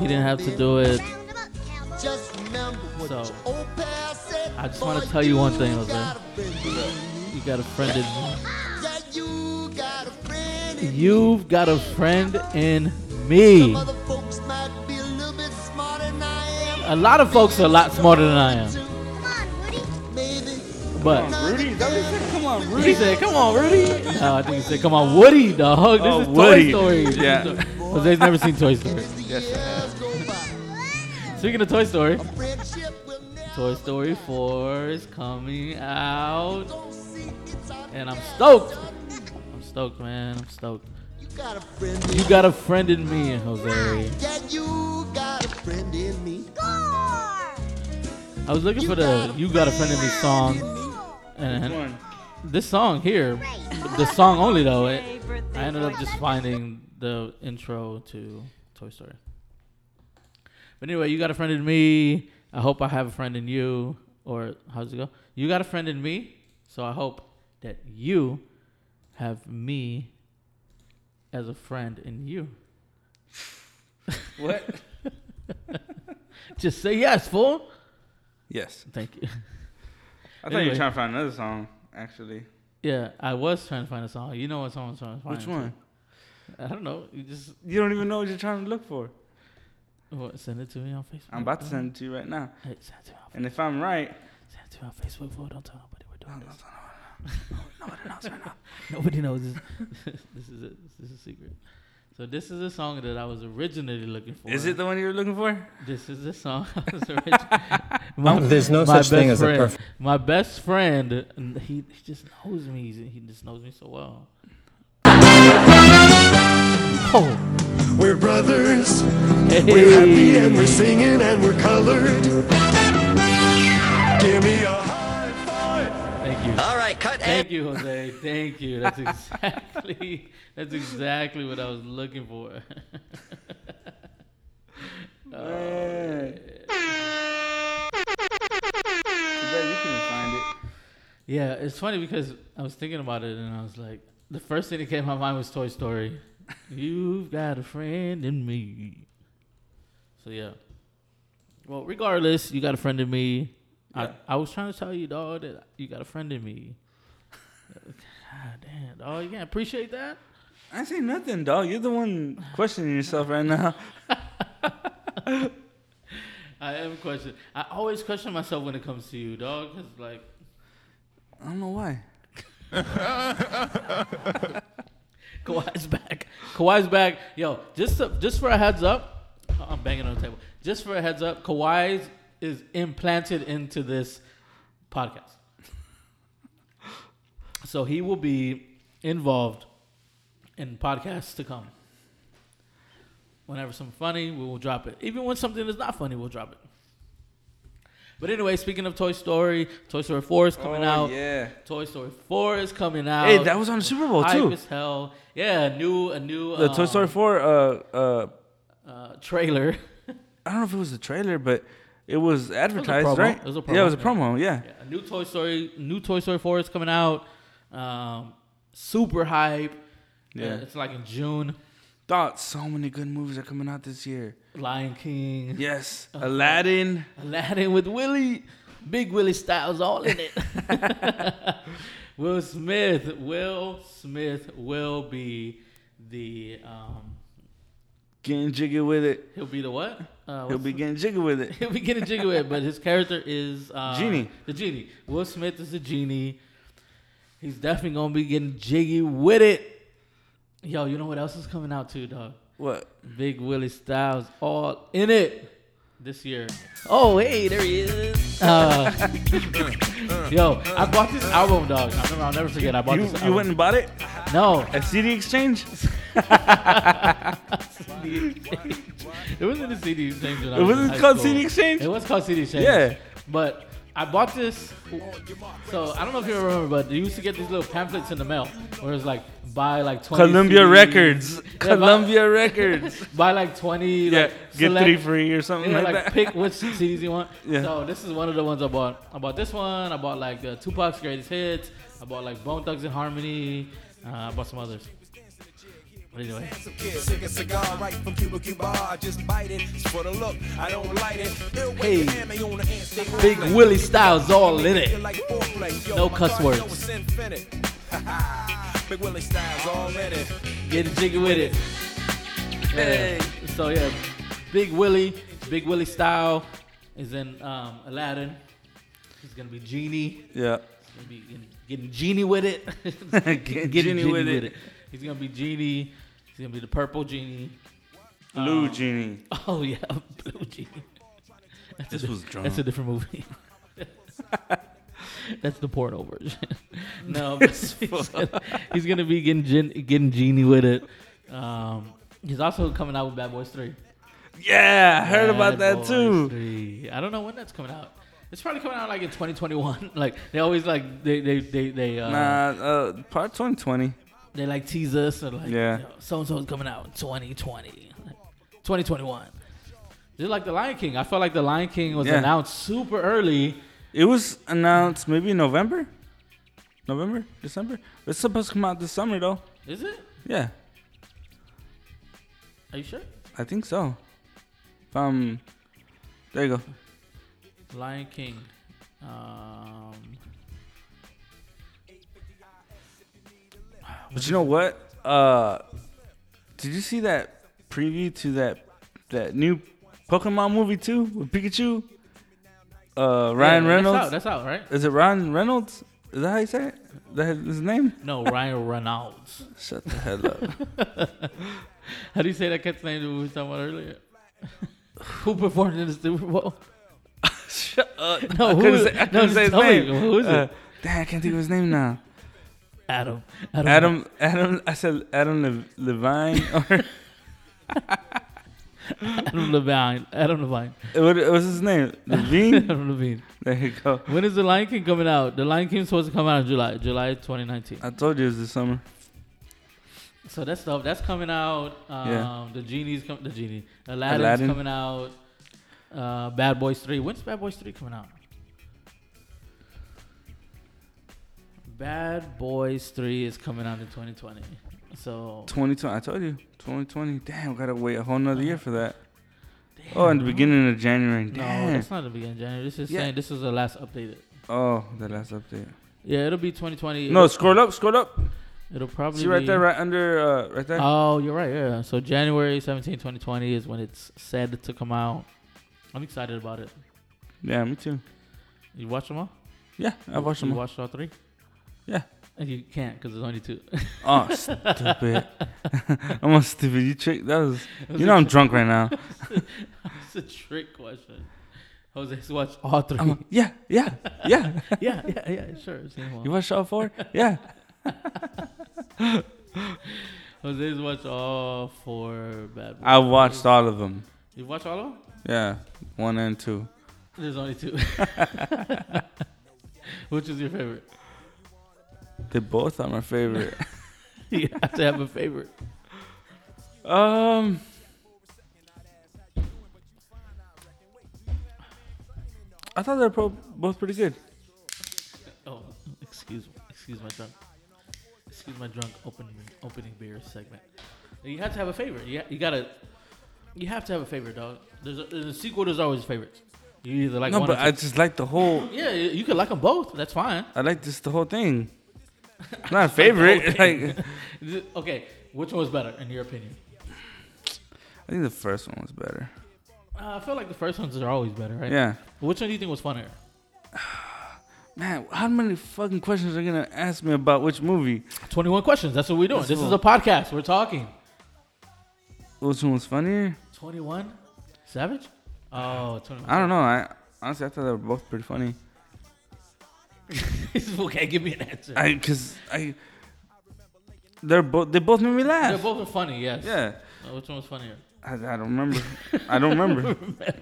[SPEAKER 1] He didn't have to do
[SPEAKER 6] Round
[SPEAKER 1] it.
[SPEAKER 6] 'em up, cowboy.
[SPEAKER 5] Just remember what
[SPEAKER 1] So-
[SPEAKER 5] your old past said.
[SPEAKER 1] I just wanna
[SPEAKER 5] Boy,
[SPEAKER 1] tell you one thing, Jose.
[SPEAKER 5] got a friend.
[SPEAKER 1] You got a friend in me.
[SPEAKER 5] Yeah, you got a friend.
[SPEAKER 1] You've got a friend in me.
[SPEAKER 5] Other folks might be a little bit smarter than I am.
[SPEAKER 1] A lot of folks are a lot smarter than I am,
[SPEAKER 6] Come on, Woody.
[SPEAKER 5] Maybe.
[SPEAKER 1] but
[SPEAKER 3] Rudy, come on,
[SPEAKER 1] he said, "Come on, Rudy." No, I think he said, "Come on, Woody, dog." This
[SPEAKER 3] Oh,
[SPEAKER 1] is
[SPEAKER 3] Woody.
[SPEAKER 1] Toy Story.
[SPEAKER 3] Yeah.
[SPEAKER 1] Jose's never seen Toy Story. Speaking of Toy Story,
[SPEAKER 5] Friendship will never
[SPEAKER 1] Toy Story 4 is coming out,
[SPEAKER 5] go see it's out.
[SPEAKER 1] and I'm stoked. I'm stoked, man. I'm stoked.
[SPEAKER 5] You got a friend.
[SPEAKER 1] You got a friend in me, Jose.
[SPEAKER 5] Yeah, you got a friend in me.
[SPEAKER 1] I was looking for the "You Got a Friend in Me" song, and this song here, the song only though. It, I ended up just finding the intro to Toy Story. But anyway, you got a friend in me. I hope I have a friend in you. Or how's it go? You got a friend in me, so I hope that you have me as a friend in you.
[SPEAKER 3] What?
[SPEAKER 1] Just say yes, fool.
[SPEAKER 3] Yes.
[SPEAKER 1] Thank you.
[SPEAKER 3] I thought you
[SPEAKER 1] Anyway.
[SPEAKER 3] were trying to find another song. Actually,
[SPEAKER 1] Yeah, I was trying to find a song. You know what song I'm trying to find?
[SPEAKER 3] which one?
[SPEAKER 1] I don't know. You just
[SPEAKER 3] You don't even know what you're trying to look for.
[SPEAKER 1] what, send it to me on Facebook.
[SPEAKER 3] I'm about to
[SPEAKER 1] bro.
[SPEAKER 3] send it to you right now.
[SPEAKER 1] Hey, send it to me on
[SPEAKER 3] And if I'm right,
[SPEAKER 1] Send it to our Facebook for don't tell nobody we're doing this. Nobody knows right now. Nobody knows this. this is it. This is a secret. So this is a song that I was originally looking for.
[SPEAKER 3] is it the one you were looking for?
[SPEAKER 1] This is the song I was originally. my, There's no such thing as a perfect. My best friend, n- he, he just knows me. He's- He just knows me so well. Oh,
[SPEAKER 10] We're brothers, we're happy and
[SPEAKER 1] hey.
[SPEAKER 10] we're singing and we're colored. Give me a high five.
[SPEAKER 1] thank you.
[SPEAKER 5] All right, cut
[SPEAKER 1] Thank you, Jose. Thank you. That's exactly that's exactly what I was looking for.
[SPEAKER 3] Man. Yeah, you can find it.
[SPEAKER 1] yeah, it's funny because I was thinking about it and I was like, the first thing that came to my mind was Toy Story. You've got a friend in me. So yeah. Well, regardless, you got a friend in me.
[SPEAKER 3] Yeah.
[SPEAKER 1] I, I was trying to tell you, dog, that you got a friend in me. God damn, dog, you can't appreciate that.
[SPEAKER 3] I say nothing, dog. You're the one questioning yourself right now.
[SPEAKER 1] I am question. I always question myself when it comes to you, dog. Cause like,
[SPEAKER 3] I don't know why.
[SPEAKER 1] Kawhi's back. Kawhi's back. Yo, just to, just for a heads up, uh-uh, I'm banging on the table. Just for a heads up, Kawhi is implanted into this podcast, so he will be involved in podcasts to come. Whenever something funny, we will drop it. Even when something is not funny, we'll drop it. But anyway, speaking of Toy Story, Toy Story 4 is coming
[SPEAKER 3] Oh,
[SPEAKER 1] out.
[SPEAKER 3] yeah.
[SPEAKER 1] Toy Story 4 is coming out.
[SPEAKER 3] Hey, that was on the Super Bowl
[SPEAKER 1] Hype
[SPEAKER 3] too.
[SPEAKER 1] as hell. Yeah, a new a new
[SPEAKER 3] The
[SPEAKER 1] um,
[SPEAKER 3] Toy Story 4. Uh, uh,
[SPEAKER 1] uh, trailer.
[SPEAKER 3] I don't know if it was a trailer, but it was advertised,
[SPEAKER 1] promo.
[SPEAKER 3] right?
[SPEAKER 1] It was a
[SPEAKER 3] Yeah, it was a
[SPEAKER 1] promo,
[SPEAKER 3] promo. Yeah.
[SPEAKER 1] yeah, a new Toy Story, new Toy Story 4 is coming out. Um, super hype.
[SPEAKER 3] Yeah.
[SPEAKER 1] Yeah, it's like in June.
[SPEAKER 3] Thought so many good movies are coming out this year.
[SPEAKER 1] Lion King.
[SPEAKER 3] Yes,
[SPEAKER 1] Uh-huh.
[SPEAKER 3] Aladdin.
[SPEAKER 1] Aladdin with Willie, Big Willie Styles, all in it. Will Smith, Will Smith will be the um,
[SPEAKER 3] Getting jiggy with it.
[SPEAKER 1] he'll be the what? Uh,
[SPEAKER 3] He'll
[SPEAKER 1] what's-
[SPEAKER 3] be getting jiggy with it.
[SPEAKER 1] he'll be getting jiggy with, it, but his character is uh,
[SPEAKER 3] Genie.
[SPEAKER 1] The genie. Will Smith is the genie. He's definitely gonna be getting jiggy with it. Yo, you know what else is coming out too, dog?
[SPEAKER 3] What?
[SPEAKER 1] Big Willie Styles all in it this year. Oh, hey, there he is. Uh, yo, I bought this album, dog. I remember, I'll never forget. I bought
[SPEAKER 3] You,
[SPEAKER 1] this
[SPEAKER 3] you
[SPEAKER 1] album.
[SPEAKER 3] went and bought it
[SPEAKER 1] no.
[SPEAKER 3] at CD Exchange?
[SPEAKER 1] it wasn't a CD exchange. When I was
[SPEAKER 3] It
[SPEAKER 1] in
[SPEAKER 3] wasn't
[SPEAKER 1] high
[SPEAKER 3] called
[SPEAKER 1] school.
[SPEAKER 3] CD exchange?
[SPEAKER 1] It was called CD exchange.
[SPEAKER 3] Yeah.
[SPEAKER 1] But I bought this. So I don't know if you remember, but you used to get these little pamphlets in the mail where it's like buy like 20
[SPEAKER 3] Columbia
[SPEAKER 1] CDs.
[SPEAKER 3] Records.
[SPEAKER 1] Yeah, buy-
[SPEAKER 3] Columbia Records.
[SPEAKER 1] buy like 20
[SPEAKER 3] Yeah,
[SPEAKER 1] like,
[SPEAKER 3] get
[SPEAKER 1] select-
[SPEAKER 3] three free or something
[SPEAKER 1] Yeah,
[SPEAKER 3] like,
[SPEAKER 1] like,
[SPEAKER 3] that.
[SPEAKER 1] pick which CDs you want.
[SPEAKER 3] Yeah.
[SPEAKER 1] So this is one of the ones I bought. I bought this one. I bought like the Tupac's greatest hits. I bought like Bone Thugs and Harmony. Uh, I bought some others. But anyway,
[SPEAKER 11] Some kid, take a cigar right from Cuba Cuba. I just bite it. It's for the look. I don't light it. It'll wake your
[SPEAKER 1] Hey.
[SPEAKER 11] hammy on the hand, stay
[SPEAKER 1] Big
[SPEAKER 11] open.
[SPEAKER 1] Willie Styles all in it.
[SPEAKER 11] Feel like foreplay. Yo,
[SPEAKER 1] No
[SPEAKER 11] my
[SPEAKER 1] cuss
[SPEAKER 11] cardio
[SPEAKER 1] words.
[SPEAKER 11] is infinite. Big Willie Styles all in it.
[SPEAKER 1] Get jiggy with it. Yeah. So yeah, Big Willie, Big Willie style is in um, Aladdin. He's gonna be genie.
[SPEAKER 3] yeah.
[SPEAKER 1] He's gonna be getting, getting genie with it.
[SPEAKER 3] Get Genie with it.
[SPEAKER 1] He's gonna be genie. He's gonna be the purple genie.
[SPEAKER 3] Blue
[SPEAKER 1] Um,
[SPEAKER 3] Genie.
[SPEAKER 1] Oh yeah, Blue Genie. That's
[SPEAKER 3] This
[SPEAKER 1] a, di-
[SPEAKER 3] was drunk.
[SPEAKER 1] That's a different movie. that's the porno version. no, but he's, gonna, he's gonna be getting gen, getting genie with it. Um, he's also coming out with Bad Boys Three.
[SPEAKER 3] Yeah, I heard
[SPEAKER 1] Bad
[SPEAKER 3] about that
[SPEAKER 1] Boys
[SPEAKER 3] too.
[SPEAKER 1] 3. I don't know when that's coming out. It's probably coming out like in 2021. like they always like they they they they uh,
[SPEAKER 3] Nah, uh, part 2020.
[SPEAKER 1] they like tease us or like
[SPEAKER 3] Yeah.
[SPEAKER 1] so and so's coming out in 2020 2021 just like the lion king i felt like the lion king was
[SPEAKER 3] Yeah.
[SPEAKER 1] announced super early
[SPEAKER 3] It was announced maybe November, November, December. It's supposed to come out this summer though.
[SPEAKER 1] is it
[SPEAKER 3] Yeah,
[SPEAKER 1] are you sure
[SPEAKER 3] I think so. Um, there you go.
[SPEAKER 1] lion king um
[SPEAKER 3] But you know what? Uh, did you see that preview to that that new Pokemon movie too with Pikachu? Uh, Ryan
[SPEAKER 1] yeah,
[SPEAKER 3] Reynolds.
[SPEAKER 1] that's out, that's out right
[SPEAKER 3] Is it Ryan Reynolds? Is that how you say it? Is that his name?
[SPEAKER 1] no ryan reynolds
[SPEAKER 3] Shut the hell up.
[SPEAKER 1] how do you say that cat's name that we were talking about earlier who performed in the super bowl
[SPEAKER 3] Shut up.
[SPEAKER 1] No,
[SPEAKER 3] I
[SPEAKER 1] who
[SPEAKER 3] couldn't
[SPEAKER 1] is-
[SPEAKER 3] say, I
[SPEAKER 1] no,
[SPEAKER 3] couldn't
[SPEAKER 1] just
[SPEAKER 3] say his
[SPEAKER 1] tell
[SPEAKER 3] name.
[SPEAKER 1] me, who is it?
[SPEAKER 3] Uh, damn, I can't think of his name now.
[SPEAKER 1] adam
[SPEAKER 3] Adam, Adam, I said Adam Lev- Levine. Or
[SPEAKER 1] adam levine adam levine
[SPEAKER 3] what was his name? Levine.
[SPEAKER 1] adam levine
[SPEAKER 3] There you go.
[SPEAKER 1] when is the lion king coming out the lion king's supposed to come out in july july 2019
[SPEAKER 3] I told you it was this summer.
[SPEAKER 1] So that stuff that's coming out. Um,
[SPEAKER 3] Yeah.
[SPEAKER 1] The genie's com- the genie. Aladdin's
[SPEAKER 3] Aladdin.
[SPEAKER 1] coming out. Uh, Bad Boys Three. When's Bad Boys Three coming out? Bad Boys Three is coming out in 2020. So
[SPEAKER 3] 2020. I told you. 2020. Damn, gotta wait a whole nother year for that. Oh, in the beginning of January.
[SPEAKER 1] no,
[SPEAKER 3] Damn.
[SPEAKER 1] that's not the beginning of January. This is
[SPEAKER 3] Yeah.
[SPEAKER 1] saying this is the last updated.
[SPEAKER 3] Oh, the last update.
[SPEAKER 1] Yeah, it'll be 2020.
[SPEAKER 3] No,
[SPEAKER 1] it'll,
[SPEAKER 3] scroll up, scroll up.
[SPEAKER 1] it'll probably
[SPEAKER 3] See right
[SPEAKER 1] be-
[SPEAKER 3] there, right under, uh, right there.
[SPEAKER 1] Oh, you're right. Yeah. So January 17, 2020 is when it's said to come out. I'm excited about it.
[SPEAKER 3] Yeah, me too.
[SPEAKER 1] You watch them all?
[SPEAKER 3] Yeah, I watched
[SPEAKER 1] You
[SPEAKER 3] them. all.
[SPEAKER 1] watched all three?
[SPEAKER 3] Yeah.
[SPEAKER 1] And you can't because there's only two.
[SPEAKER 3] Oh, stupid. I'm a stupid. You trick. That was. You know I'm drunk right now.
[SPEAKER 1] it's a trick question. Jose's watched all 3
[SPEAKER 3] I'm a- yeah, yeah, yeah.
[SPEAKER 1] yeah, yeah, yeah, sure. I've seen them all.
[SPEAKER 3] You watch all four? Yeah.
[SPEAKER 1] Jose's watched all four Bad Boys.
[SPEAKER 3] I watched all of them.
[SPEAKER 1] you watched all of them?
[SPEAKER 3] Yeah, one and two.
[SPEAKER 1] There's only two. Which is your favorite?
[SPEAKER 3] They both are my favorite.
[SPEAKER 1] You have to have a favorite.
[SPEAKER 3] um, I thought they were pro- both pretty good.
[SPEAKER 1] Oh, excuse me. Excuse my tongue. excuse my drunk opening opening beer segment. You have to have a favorite. You, you gotta you have to have a favorite, dog. There's a, there's a sequel. There's always favorites. You either like
[SPEAKER 3] no,
[SPEAKER 1] one
[SPEAKER 3] but
[SPEAKER 1] or
[SPEAKER 3] I
[SPEAKER 1] two.
[SPEAKER 3] just like the whole.
[SPEAKER 1] yeah, you you can like them both. That's fine.
[SPEAKER 3] I like this the whole thing. Not a favorite. like
[SPEAKER 1] okay, which one was better in your opinion?
[SPEAKER 3] I think the first one was better.
[SPEAKER 1] Uh, I feel like the first ones are always better, right?
[SPEAKER 3] Yeah.
[SPEAKER 1] Which one do you think was funnier?
[SPEAKER 3] Man, how many fucking questions are you gonna ask me about which movie?
[SPEAKER 1] Twenty one questions. That's what we're doing. This is a podcast. We're talking.
[SPEAKER 3] Which one was funnier?
[SPEAKER 1] Twenty one, Savage. Oh, 21.
[SPEAKER 3] I don't know. I honestly I thought they were both pretty funny.
[SPEAKER 1] okay, give me an answer.
[SPEAKER 3] I because I they're both they both made me laugh.
[SPEAKER 1] They're both funny. Yes.
[SPEAKER 3] Yeah.
[SPEAKER 1] Uh, which one was funnier?
[SPEAKER 3] I, I don't remember. I don't remember.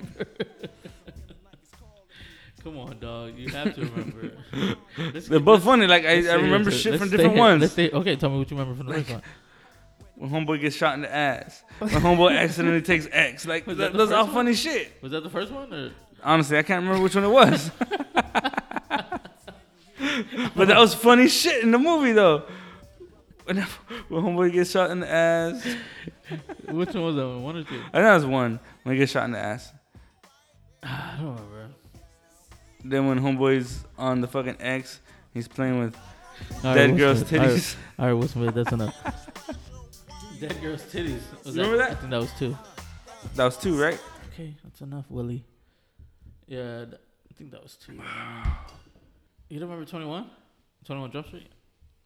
[SPEAKER 1] Come on, dog. You have to remember. Let's
[SPEAKER 3] They're
[SPEAKER 1] get-
[SPEAKER 3] both funny. Like, I-
[SPEAKER 1] let's
[SPEAKER 3] I
[SPEAKER 1] stay
[SPEAKER 3] remember
[SPEAKER 1] here.
[SPEAKER 3] shit
[SPEAKER 1] Let's
[SPEAKER 3] from
[SPEAKER 1] stay
[SPEAKER 3] different
[SPEAKER 1] here.
[SPEAKER 3] ones.
[SPEAKER 1] Let's stay- okay, tell me what you remember from the first one.
[SPEAKER 3] when homeboy gets shot in the ass, when homeboy accidentally takes X. Like
[SPEAKER 1] Was
[SPEAKER 3] that,
[SPEAKER 1] the
[SPEAKER 3] that's all
[SPEAKER 1] first one?
[SPEAKER 3] funny shit.
[SPEAKER 1] Was that the first one? Or?
[SPEAKER 3] Honestly, I can't remember which one it was. but that was funny shit in the movie though. When, when homeboy gets shot in the ass.
[SPEAKER 1] which one was that one? One or two?
[SPEAKER 3] I know it was one when he gets shot in the ass.
[SPEAKER 1] I don't remember.
[SPEAKER 3] Then when homeboy's on the fucking X, he's playing with
[SPEAKER 1] All right,
[SPEAKER 3] dead
[SPEAKER 1] Will
[SPEAKER 3] girls'
[SPEAKER 1] Smith.
[SPEAKER 3] titties.
[SPEAKER 1] All right, Will Smith, that's enough. Dead girls' titties. Was
[SPEAKER 3] You remember that?
[SPEAKER 1] I think that was two.
[SPEAKER 3] That was two, right?
[SPEAKER 1] Okay, that's enough, Willie. Yeah, th- I think that was two. You don't remember 21? 21 Jump Street?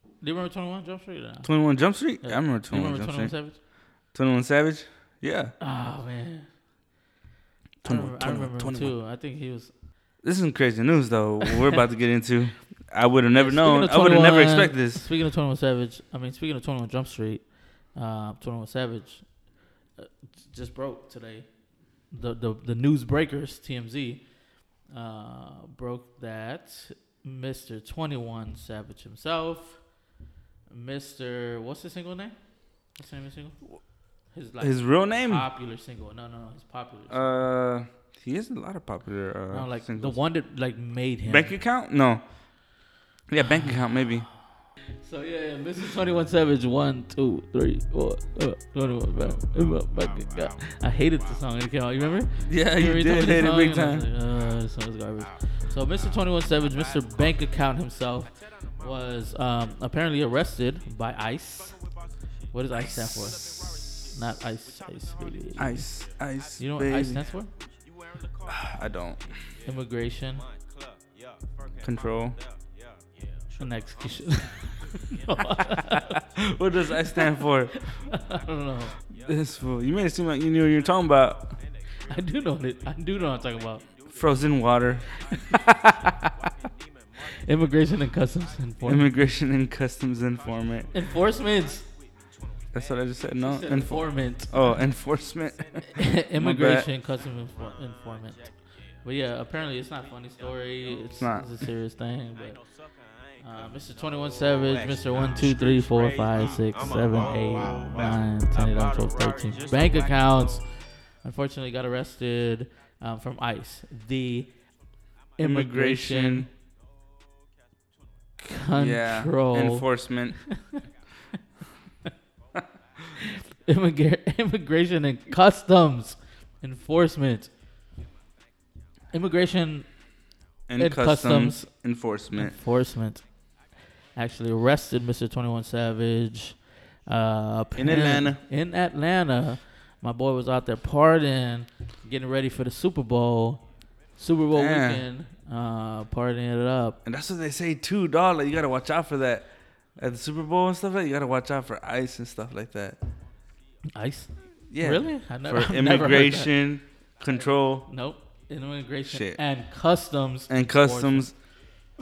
[SPEAKER 1] Do you remember 21 Jump Street? Or not?
[SPEAKER 3] 21 Jump Street? I remember
[SPEAKER 1] Do you
[SPEAKER 3] 21
[SPEAKER 1] remember
[SPEAKER 3] Jump
[SPEAKER 1] 21
[SPEAKER 3] Street.
[SPEAKER 1] Savage?
[SPEAKER 3] 21 Savage? Yeah.
[SPEAKER 1] Oh, man. I
[SPEAKER 3] 21,
[SPEAKER 1] remember, I
[SPEAKER 3] 21,
[SPEAKER 1] remember him
[SPEAKER 3] 21.
[SPEAKER 1] too. I think he was.
[SPEAKER 3] This is some crazy news, though. what We're about to get into. I would have never
[SPEAKER 1] Speaking
[SPEAKER 3] known.
[SPEAKER 1] of
[SPEAKER 3] I would have never
[SPEAKER 1] 21
[SPEAKER 3] expected this.
[SPEAKER 1] Speaking of 21 Savage, I mean, speaking of 21 Jump Street, uh, 21 Savage uh, j- just broke today. The the, the news breakers, TMZ, uh, broke that Mr. 21 Savage himself, Mr. What's his single name? What's the name of his single? His,
[SPEAKER 3] His real name?
[SPEAKER 1] Popular single. No, no, no. His popular.
[SPEAKER 3] Uh, he has a lot of popular. Uh,
[SPEAKER 1] no, Oh, like
[SPEAKER 3] singles.
[SPEAKER 1] the one that like made him.
[SPEAKER 3] Bank account? No. Yeah, bank account maybe.
[SPEAKER 1] So yeah, yeah Mr. 21 Savage, one, two, three, four, uh, 21 Savage, uh, fucking God. I hated the song when it came out. You remember?
[SPEAKER 3] Yeah, you
[SPEAKER 1] Every
[SPEAKER 3] did
[SPEAKER 1] time the
[SPEAKER 3] hate it
[SPEAKER 1] song,
[SPEAKER 3] big
[SPEAKER 1] and I was Like, uh, this song is garbage. So Mr. 21 Savage, Mr. Bank Account himself, was um, apparently arrested by ICE. What does ICE stand for? Not ICE, ICE, baby.
[SPEAKER 3] Ice, ice.
[SPEAKER 1] You know what
[SPEAKER 3] baby.
[SPEAKER 1] ICE stands for?
[SPEAKER 3] I don't.
[SPEAKER 1] Immigration
[SPEAKER 3] Control.
[SPEAKER 1] and execution.
[SPEAKER 3] what does I stand for?
[SPEAKER 1] I don't know.
[SPEAKER 3] This fool. You made it seem like you knew what you were talking about.
[SPEAKER 1] I do know it. I do know what I'm talking about.
[SPEAKER 3] Frozen water,
[SPEAKER 1] Immigration and customs enforcement.
[SPEAKER 3] immigration and customs informant.
[SPEAKER 1] Enforcements.
[SPEAKER 3] That's what I just said. No,
[SPEAKER 1] She said
[SPEAKER 3] Enfor-
[SPEAKER 1] informant.
[SPEAKER 3] Oh, enforcement.
[SPEAKER 1] Immigration, customs infor- informant. But yeah, apparently it's not a funny story. It's, it's
[SPEAKER 3] not.
[SPEAKER 1] a serious thing. But uh, Mr. 21 Savage, Mr. 1, 2, 3, 4, 5, 6, 7, 8, 9, 10, 11, 12, 13. Bank accounts, unfortunately, got arrested um, from ICE. The Immigration
[SPEAKER 3] Immigration. Yeah.
[SPEAKER 1] Control.
[SPEAKER 3] Enforcement.
[SPEAKER 1] Immigra- immigration and customs enforcement. Immigration
[SPEAKER 3] And,
[SPEAKER 1] And
[SPEAKER 3] customs,
[SPEAKER 1] customs.
[SPEAKER 3] enforcement.
[SPEAKER 1] enforcement actually arrested Mr. 21 Savage uh,
[SPEAKER 3] In
[SPEAKER 1] apparent-
[SPEAKER 3] Atlanta.
[SPEAKER 1] In Atlanta, my boy was out there partying, getting ready for the Super Bowl. Super Bowl
[SPEAKER 3] Damn.
[SPEAKER 1] weekend, uh, partying it up.
[SPEAKER 3] And that's what they say too, dog. Like you gotta watch out for that. At the Super Bowl and stuff like that, you gotta watch out for ice and stuff like that.
[SPEAKER 1] Ice.
[SPEAKER 3] Yeah.
[SPEAKER 1] Really? I never- I've never
[SPEAKER 3] for
[SPEAKER 1] heard that.
[SPEAKER 3] immigration control
[SPEAKER 1] Nope. Immigration
[SPEAKER 3] Shit.
[SPEAKER 1] and customs
[SPEAKER 3] and customs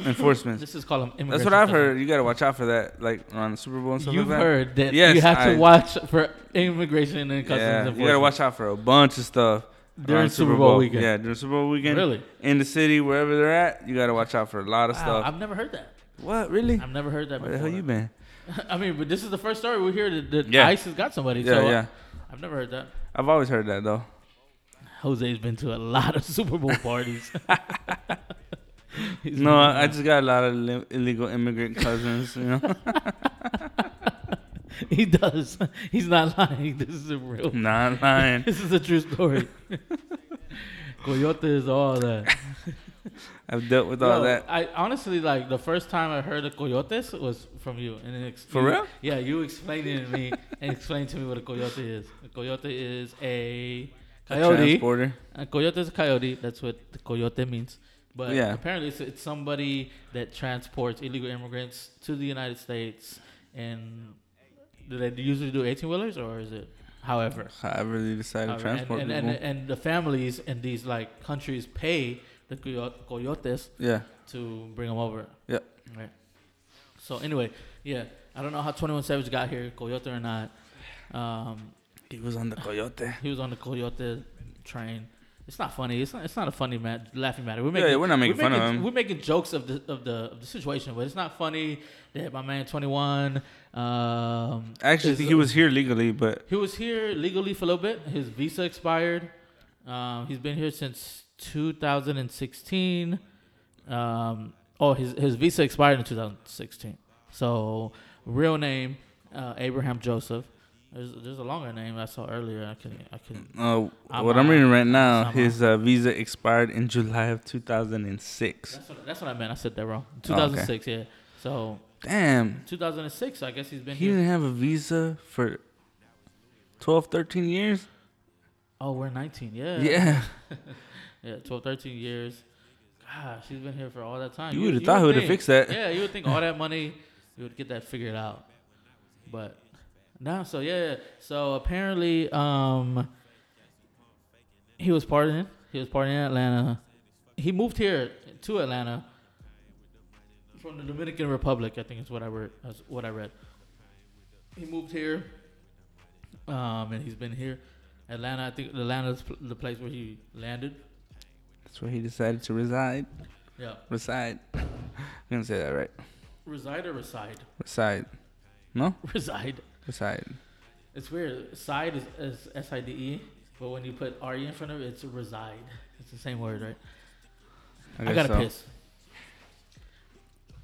[SPEAKER 3] enforcement.
[SPEAKER 1] This is called an
[SPEAKER 3] That's
[SPEAKER 1] immigration
[SPEAKER 3] what I've
[SPEAKER 1] customs.
[SPEAKER 3] heard. You gotta watch out for that, like around the Super Bowl and stuff
[SPEAKER 1] You've
[SPEAKER 3] like that.
[SPEAKER 1] heard that
[SPEAKER 3] Yes,
[SPEAKER 1] you have
[SPEAKER 3] I-
[SPEAKER 1] to watch for immigration and customs
[SPEAKER 3] Yeah,
[SPEAKER 1] enforcement.
[SPEAKER 3] you gotta watch out for a bunch of stuff
[SPEAKER 1] During
[SPEAKER 3] around
[SPEAKER 1] Super Bowl weekend.
[SPEAKER 3] Yeah, during Super Bowl weekend.
[SPEAKER 1] Really?
[SPEAKER 3] In the city, wherever they're at, you gotta watch out for a lot of
[SPEAKER 1] Wow,
[SPEAKER 3] stuff.
[SPEAKER 1] I've never heard that.
[SPEAKER 3] what really?
[SPEAKER 1] I've never heard that.
[SPEAKER 3] Where the
[SPEAKER 1] before.
[SPEAKER 3] hell you been?
[SPEAKER 1] I mean, but this is the first story we hear that, that
[SPEAKER 3] Yeah.
[SPEAKER 1] ICE has got somebody.
[SPEAKER 3] Yeah,
[SPEAKER 1] so uh,
[SPEAKER 3] yeah.
[SPEAKER 1] I've never heard that.
[SPEAKER 3] I've always heard that though.
[SPEAKER 1] Jose's been to a lot of Super Bowl parties. He's
[SPEAKER 3] No,
[SPEAKER 1] been-
[SPEAKER 3] I I just got a lot of li- illegal immigrant cousins. You know,
[SPEAKER 1] He does. He's not lying. This is a real.
[SPEAKER 3] Not lying.
[SPEAKER 1] this is a true story. Coyote is all that.
[SPEAKER 3] I've dealt with all
[SPEAKER 1] Yo,
[SPEAKER 3] that.
[SPEAKER 1] I honestly like the first time I heard of coyotes was from you, and it ex-
[SPEAKER 3] For
[SPEAKER 1] you-
[SPEAKER 3] real?
[SPEAKER 1] Yeah, you explained it to me and explained to me what a coyote is. A coyote is a coyote.
[SPEAKER 3] transporter.
[SPEAKER 1] A coyote is a coyote. That's what the coyote means. But
[SPEAKER 3] Yeah.
[SPEAKER 1] apparently, it's, it's somebody that transports illegal immigrants to the United States, and do they usually do eighteen wheelers or is it however?
[SPEAKER 3] However they decide to
[SPEAKER 1] However,
[SPEAKER 3] transport
[SPEAKER 1] and, and,
[SPEAKER 3] people.
[SPEAKER 1] and, and the families in these like countries pay the coyo- coyotes
[SPEAKER 3] Yeah.
[SPEAKER 1] to bring them over.
[SPEAKER 3] Yep.
[SPEAKER 1] Right. So anyway, yeah, I don't know how 21 Savage got here, coyote or not. Um,
[SPEAKER 3] he was on the coyote.
[SPEAKER 1] He was on the coyote train. It's not funny. It's not. It's not a funny mat, laughing matter. We're
[SPEAKER 3] Yeah,
[SPEAKER 1] making.
[SPEAKER 3] we're not making fun of him.
[SPEAKER 1] We're making jokes of the of the of the situation, but it's not funny that my man 21. Um,
[SPEAKER 3] I actually
[SPEAKER 1] is-
[SPEAKER 3] think he was here legally, but
[SPEAKER 1] he was here legally for a little bit. His visa expired. Um, he's been here since 2016. Um, oh, his his visa expired in 2016. So real name uh, Abraham Joseph. There's, there's a longer name I saw earlier. I can I can.
[SPEAKER 3] uh,
[SPEAKER 1] I'm
[SPEAKER 3] what I'm reading
[SPEAKER 1] out.
[SPEAKER 3] right now,
[SPEAKER 1] I'm
[SPEAKER 3] his uh, visa expired in July of 2006.
[SPEAKER 1] That's what, that's what I meant. I said that wrong.
[SPEAKER 3] Oh, okay.
[SPEAKER 1] 2006. Yeah. So
[SPEAKER 3] Damn.
[SPEAKER 1] 2006. I guess he's been
[SPEAKER 3] He
[SPEAKER 1] here.
[SPEAKER 3] didn't have a visa for 12, 13 years.
[SPEAKER 1] Oh, we're 19. Yeah.
[SPEAKER 3] Yeah.
[SPEAKER 1] yeah, 12, 13 years. Gosh, he's been here for all that time.
[SPEAKER 3] You would've thought he would've
[SPEAKER 1] think-
[SPEAKER 3] fixed that.
[SPEAKER 1] Yeah, you would think all that money, you would get that figured out. But no, so yeah. So apparently, um, he was partying. He was partying in Atlanta. He moved here to Atlanta from the Dominican Republic. I think is what I read. That's what I read. He moved here, um, and he's been here. Atlanta, I think Atlanta's pl- the place where he landed.
[SPEAKER 3] That's where he decided to reside.
[SPEAKER 1] Yeah.
[SPEAKER 3] Reside. I'm going to say that right.
[SPEAKER 1] Reside or reside?
[SPEAKER 3] Reside. No?
[SPEAKER 1] Reside.
[SPEAKER 3] Reside.
[SPEAKER 1] It's weird. Side is, is S I D E, but when you put R E in front of it, it's reside. It's the same word, right?
[SPEAKER 3] I
[SPEAKER 1] I
[SPEAKER 3] guess
[SPEAKER 1] gotta
[SPEAKER 3] so.
[SPEAKER 1] piss.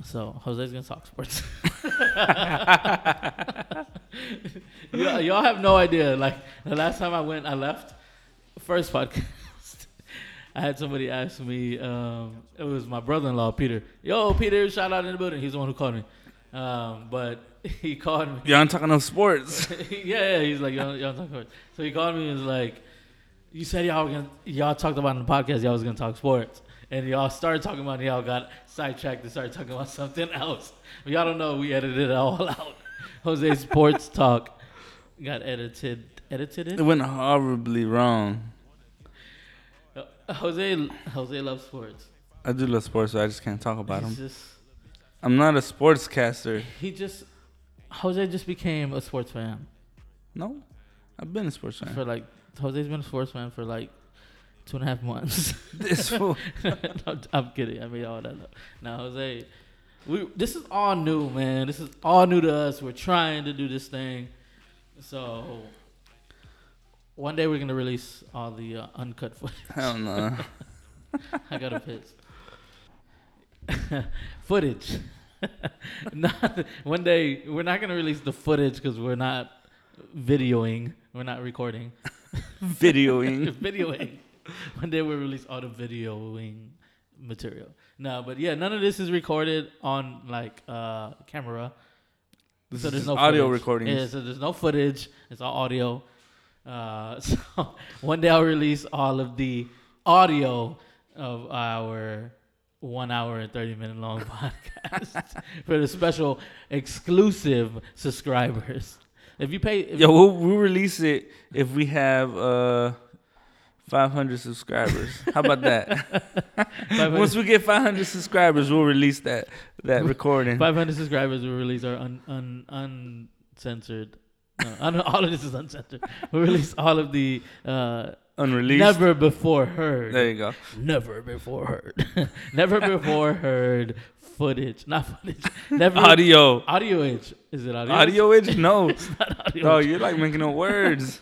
[SPEAKER 1] So Jose's gonna talk sports. y'all, y'all have no idea. Like the last time I went, I left. First podcast, I had somebody ask me. Um, it was my brother-in-law, Peter. Yo, Peter, shout out in the building. He's the one who called me. Um, but he called me.
[SPEAKER 3] Y'all ain't talking no sports.
[SPEAKER 1] yeah, yeah, he's like, y'all, y'all talk sports. So he called me and was like, you said y'all were gonna, y'all talked about in the podcast y'all was gonna talk sports, and y'all started talking about it, y'all got sidetracked and started talking about something else. Y'all don't know we edited it all out. Jose's sports talk got edited, edited.
[SPEAKER 3] It went horribly wrong.
[SPEAKER 1] Jose, Jose loves sports.
[SPEAKER 3] I do love sports, so I just can't talk about
[SPEAKER 1] He's
[SPEAKER 3] them.
[SPEAKER 1] just,
[SPEAKER 3] I'm not a sportscaster.
[SPEAKER 1] he just, Jose just became a sports fan.
[SPEAKER 3] No, I've been a sports fan.
[SPEAKER 1] for like Jose's been a sportsman for like two and a half months.
[SPEAKER 3] This fool.
[SPEAKER 1] No, I'm kidding. I mean all that. Up. Now Jose, we this is all new, man. This is all new to us. We're trying to do this thing, so one day we're gonna release all the uh, uncut footage.
[SPEAKER 3] Hell no.
[SPEAKER 1] I gotta piss. footage. not, one day we're not gonna release the footage because we're not videoing. We're not recording.
[SPEAKER 3] Videoing.
[SPEAKER 1] videoing. One day we'll release all the videoing material. No, but yeah, none of this is recorded on like uh camera.
[SPEAKER 3] This is just audio
[SPEAKER 1] recording.
[SPEAKER 3] recordings.
[SPEAKER 1] Yeah, so there's no footage. It's all audio. Uh, so one day I'll release all of the audio of our one hour and thirty minute long podcast for the special exclusive subscribers. If you pay, if
[SPEAKER 3] Yo, we'll, we'll release it if we have uh 500 subscribers. How about that?
[SPEAKER 1] 500.
[SPEAKER 3] Once we get 500 subscribers, we'll release that that recording.
[SPEAKER 1] 500 subscribers will release our un, un, uncensored. No, un, all of this is uncensored. We'll release all of the uh,
[SPEAKER 3] Unreleased.
[SPEAKER 1] never before heard.
[SPEAKER 3] There you go.
[SPEAKER 1] Never before heard. never before heard footage. Not footage. Never
[SPEAKER 3] Audio.
[SPEAKER 1] Audio edge. Is it audio?
[SPEAKER 3] Audio edge? No.
[SPEAKER 1] not audio
[SPEAKER 3] No,
[SPEAKER 1] edge.
[SPEAKER 3] you're like making up words.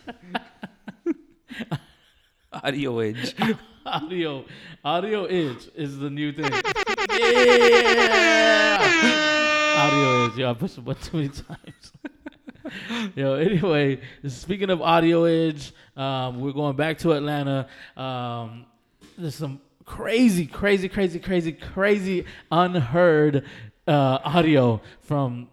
[SPEAKER 3] audio edge.
[SPEAKER 1] audio audio edge is the new thing. yeah, audio edge. Yeah, I pushed the button too many times. Yo, anyway, speaking of audio edge, um, we're going back to Atlanta. Um, there's some crazy, crazy, crazy, crazy, crazy, unheard uh, audio from.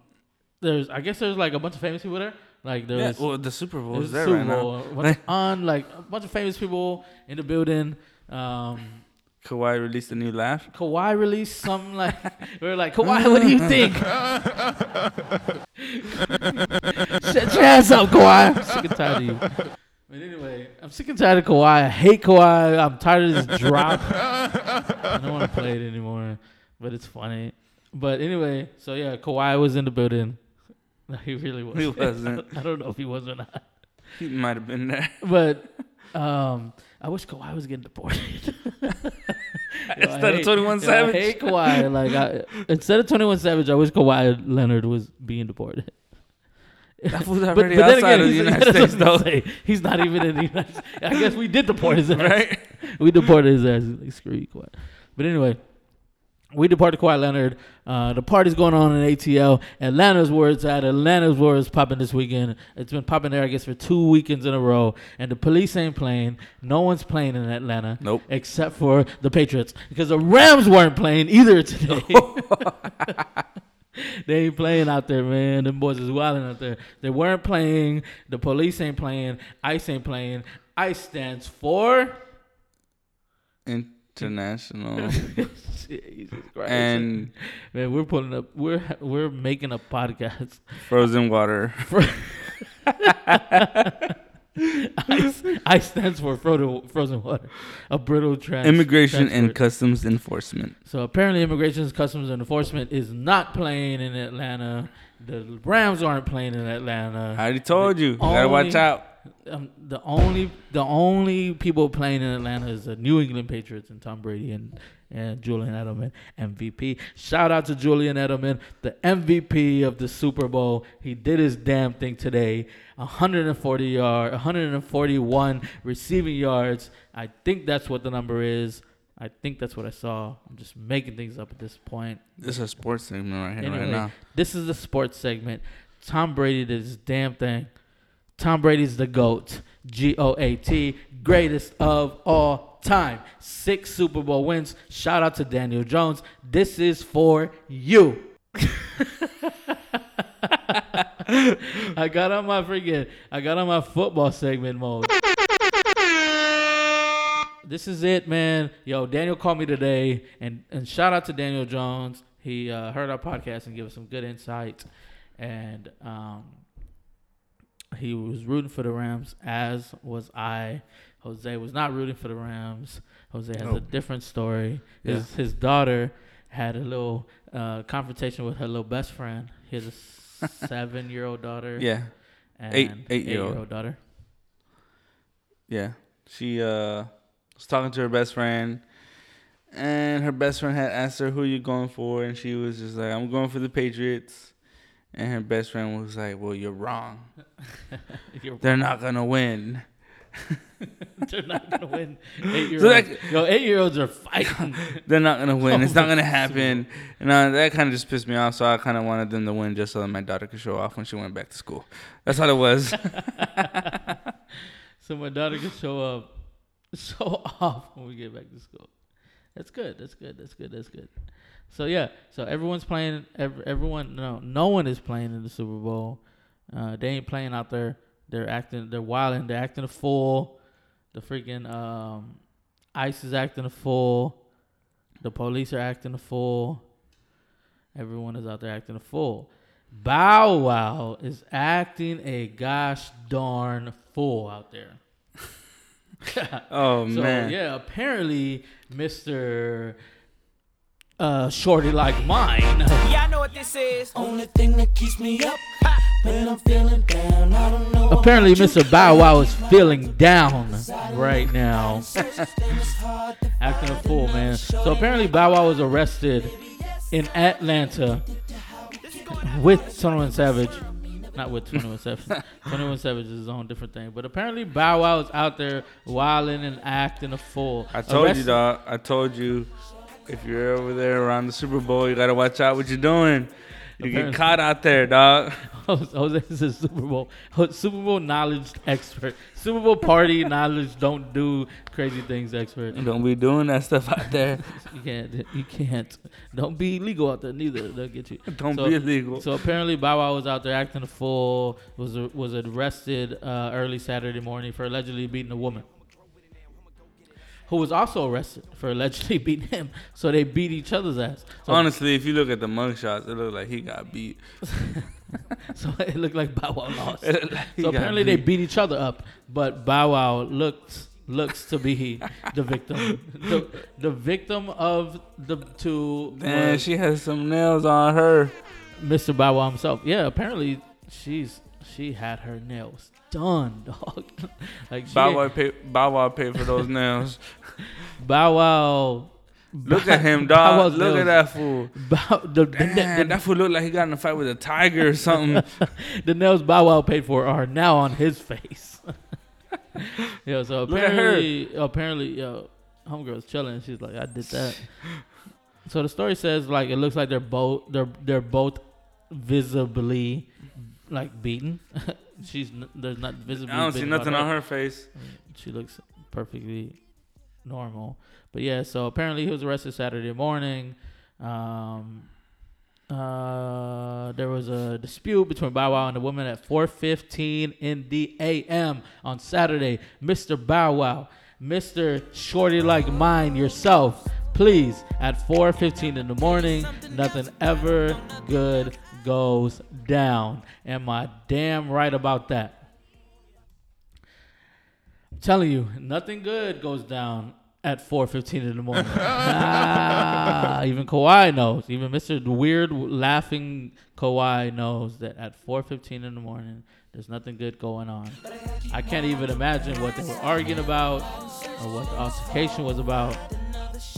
[SPEAKER 1] There's, I guess, there's like a bunch of famous people there. Like there's
[SPEAKER 3] well, the Super Bowl
[SPEAKER 1] there's
[SPEAKER 3] is
[SPEAKER 1] the
[SPEAKER 3] there
[SPEAKER 1] Super
[SPEAKER 3] right now.
[SPEAKER 1] Bowl, a bunch of- on like a bunch of famous people in the building. Um,
[SPEAKER 3] Kawhi released a new laugh.
[SPEAKER 1] Kawhi released some like we are like Kawhi, what do you think? Shut your ass up, Kawhi. I'm sick and tired of you. But anyway, I'm sick and tired of Kawhi. I hate Kawhi. I'm tired of this drop. I don't want to play it anymore, but it's funny. But anyway, so yeah, Kawhi was in the building. No, he really was.
[SPEAKER 3] He wasn't.
[SPEAKER 1] I don't know if he was or not.
[SPEAKER 3] He might have been there.
[SPEAKER 1] But um, I wish Kawhi was getting deported.
[SPEAKER 3] Instead of 21 Savage.
[SPEAKER 1] Savage. Hey Kawhi, like I, instead of Twenty One Savage, I wish Kawhi Leonard was being deported.
[SPEAKER 3] That fool's already outside of the
[SPEAKER 1] he's-
[SPEAKER 3] United
[SPEAKER 1] that's what
[SPEAKER 3] States,
[SPEAKER 1] I'm gonna
[SPEAKER 3] though.
[SPEAKER 1] say. He's not even in the United States. I guess we did deport his ass.
[SPEAKER 3] Right?
[SPEAKER 1] We deported his ass. He's like, screw you, Kawhi. But anyway, we departed Kawhi Leonard. Uh, the party's going on in ATL. Atlanta's where it's at. Atlanta's where it's popping this weekend. It's been popping there, I guess, for two weekends in a row. And the police ain't playing. No one's playing in Atlanta.
[SPEAKER 3] Nope.
[SPEAKER 1] Except for the Patriots. Because the Rams weren't playing either today. they ain't playing out there, man. Them boys is wilding out there. They weren't playing. The police ain't playing. ICE ain't playing. ICE stands for.
[SPEAKER 3] International.
[SPEAKER 1] Jesus Christ.
[SPEAKER 3] And-
[SPEAKER 1] man, we're pulling up. We're we're making a podcast.
[SPEAKER 3] Frozen water.
[SPEAKER 1] Ice, ice stands for frodo, frozen water, a brittle trans,
[SPEAKER 3] Immigration and
[SPEAKER 1] transport.
[SPEAKER 3] Customs Enforcement.
[SPEAKER 1] So apparently, Immigration, Customs, and Enforcement is not playing in Atlanta. The Rams aren't playing in Atlanta.
[SPEAKER 3] I already told you. Gotta
[SPEAKER 1] only-
[SPEAKER 3] watch out.
[SPEAKER 1] Um, the only the only people playing in Atlanta is the New England Patriots and Tom Brady and and Julian Edelman MVP. Shout out to Julian Edelman, the MVP of the Super Bowl. He did his damn thing today. 140 yard, 141 receiving yards. I think that's what the number is. I think that's what I saw. I'm just making things up at this point.
[SPEAKER 3] This is a sports segment right here,
[SPEAKER 1] Anyway,
[SPEAKER 3] right now.
[SPEAKER 1] this is the sports segment. Tom Brady did his damn thing. Tom Brady's the GOAT. G O A T. Greatest of all time. Six Super Bowl wins. Shout out to Daniel Jones. This is for you. I got on my freaking, I got on my football segment mode. This is it, man. Yo, Daniel called me today, and and shout out to Daniel Jones. He uh, heard our podcast and gave us some good insight, and um, he was rooting for the Rams, as was I. Jose was not rooting for the Rams. Jose has a different story. His his daughter had a little uh, confrontation with her little best friend. He has a seven year old daughter.
[SPEAKER 3] Yeah.
[SPEAKER 1] and
[SPEAKER 3] Eight- eight-year-old.
[SPEAKER 1] eight-year-old daughter.
[SPEAKER 3] Yeah. She uh was talking to her best friend and her best friend had asked her who you going for and she was just like, I'm going for the Patriots and her best friend was like, Well you're wrong.
[SPEAKER 1] You're-
[SPEAKER 3] They're not gonna win.
[SPEAKER 1] They're not gonna win. Eight year
[SPEAKER 3] So
[SPEAKER 1] olds.
[SPEAKER 3] that-
[SPEAKER 1] Yo, eight year olds are fighting.
[SPEAKER 3] They're not gonna win. It's not gonna
[SPEAKER 1] Oh,
[SPEAKER 3] happen. And uh, that kind of just pissed me off. So I kind of wanted them to win just so that my daughter could show off when she went back to school. That's all it was.
[SPEAKER 1] so my daughter can show up, show off when we get back to school. That's good. That's good. That's good. That's good. So yeah. So everyone's playing. Ev- everyone. No. No one is playing in the Super Bowl. Uh, they ain't playing out there. They're acting. They're wilding. They're acting a fool. The freaking um, ICE is acting a fool. The police are acting a fool. Everyone is out there acting a fool. Bow Wow is acting a gosh darn fool out there.
[SPEAKER 3] oh
[SPEAKER 1] So
[SPEAKER 3] man.
[SPEAKER 1] yeah, apparently Mr. Uh, shorty like mine.
[SPEAKER 12] Y'all know what this is. Only
[SPEAKER 10] thing that keeps me up when I'm feeling down. I don't know.
[SPEAKER 1] apparently Mr. Bow Wow is feeling down right now. Acting a fool, man. So apparently Bow Wow was arrested in Atlanta with 21 Savage. Not with 21 Savage. 21 Savage is his own different thing. But apparently Bow Wow is out there wilding and acting a fool.
[SPEAKER 3] I told you,
[SPEAKER 1] Arrested-
[SPEAKER 3] dog. I told you, if you're over there around the Super Bowl, you gotta watch out what you're doing. You get
[SPEAKER 1] Apparently.
[SPEAKER 3] caught out there, dog.
[SPEAKER 1] Jose is a Super Bowl Ho- Super Bowl knowledge expert. Super Bowl party knowledge don't do crazy things expert.
[SPEAKER 3] Don't be doing that stuff out there.
[SPEAKER 1] you can't. You can't. Don't be illegal out there neither. They'll get you.
[SPEAKER 3] Don't be illegal.
[SPEAKER 1] So apparently, Bow Wow was out there acting a fool. Was was arrested uh, early Saturday morning for allegedly beating a woman who was also arrested for allegedly beating him. So they beat each other's ass. So,
[SPEAKER 3] Honestly, if you look at the mugshots, it looked like he got beat.
[SPEAKER 1] so it looked like Bow Wow lost.
[SPEAKER 3] It looked like he
[SPEAKER 1] so
[SPEAKER 3] got
[SPEAKER 1] apparently they
[SPEAKER 3] beat.
[SPEAKER 1] beat each other up, but Bow Wow looked looks to be the victim. The, the victim of the two
[SPEAKER 3] Man,
[SPEAKER 1] was
[SPEAKER 3] she has some nails on her.
[SPEAKER 1] Mr. Bow Wow himself. Yeah, apparently she's she had her nails done, dog. like she
[SPEAKER 3] Bow Wow paid, Bow wow paid for those nails.
[SPEAKER 1] Bow Wow.
[SPEAKER 3] Look at him,
[SPEAKER 1] Bow
[SPEAKER 3] dog.
[SPEAKER 1] Wow's
[SPEAKER 3] Look at
[SPEAKER 1] nails.
[SPEAKER 3] that fool.
[SPEAKER 1] Bow, the, the,
[SPEAKER 3] Damn,
[SPEAKER 1] the-
[SPEAKER 3] that fool looked like he got in a fight with a tiger or something.
[SPEAKER 1] the nails Bow Wow paid for are now on his face. yeah, so
[SPEAKER 3] Look at her.
[SPEAKER 1] apparently, apparently, yo, homegirl's chilling. She's like, I did that. so the story says like it looks like they're both they're they're both visibly like beaten. She's n- there's not visibly.
[SPEAKER 3] I don't see
[SPEAKER 1] beaten by
[SPEAKER 3] nothing on her face.
[SPEAKER 1] She looks perfectly normal. But yeah, so apparently he was arrested Saturday morning. Um, uh, there was a dispute between Bow Wow and the woman at 4:15 in the a.m. on Saturday. Mr. Bow Wow, Mr. Shorty like mine yourself, please. At 4:15 in the morning, nothing ever good goes down. Am I damn right about that? I'm telling you, nothing good goes down at 4:15 in the morning. ah, even Kawhi knows. Even Mr. Weird laughing Kawhi knows that at 4:15 in the morning, there's nothing good going on. I can't even imagine what they were arguing about or what the altercation was about.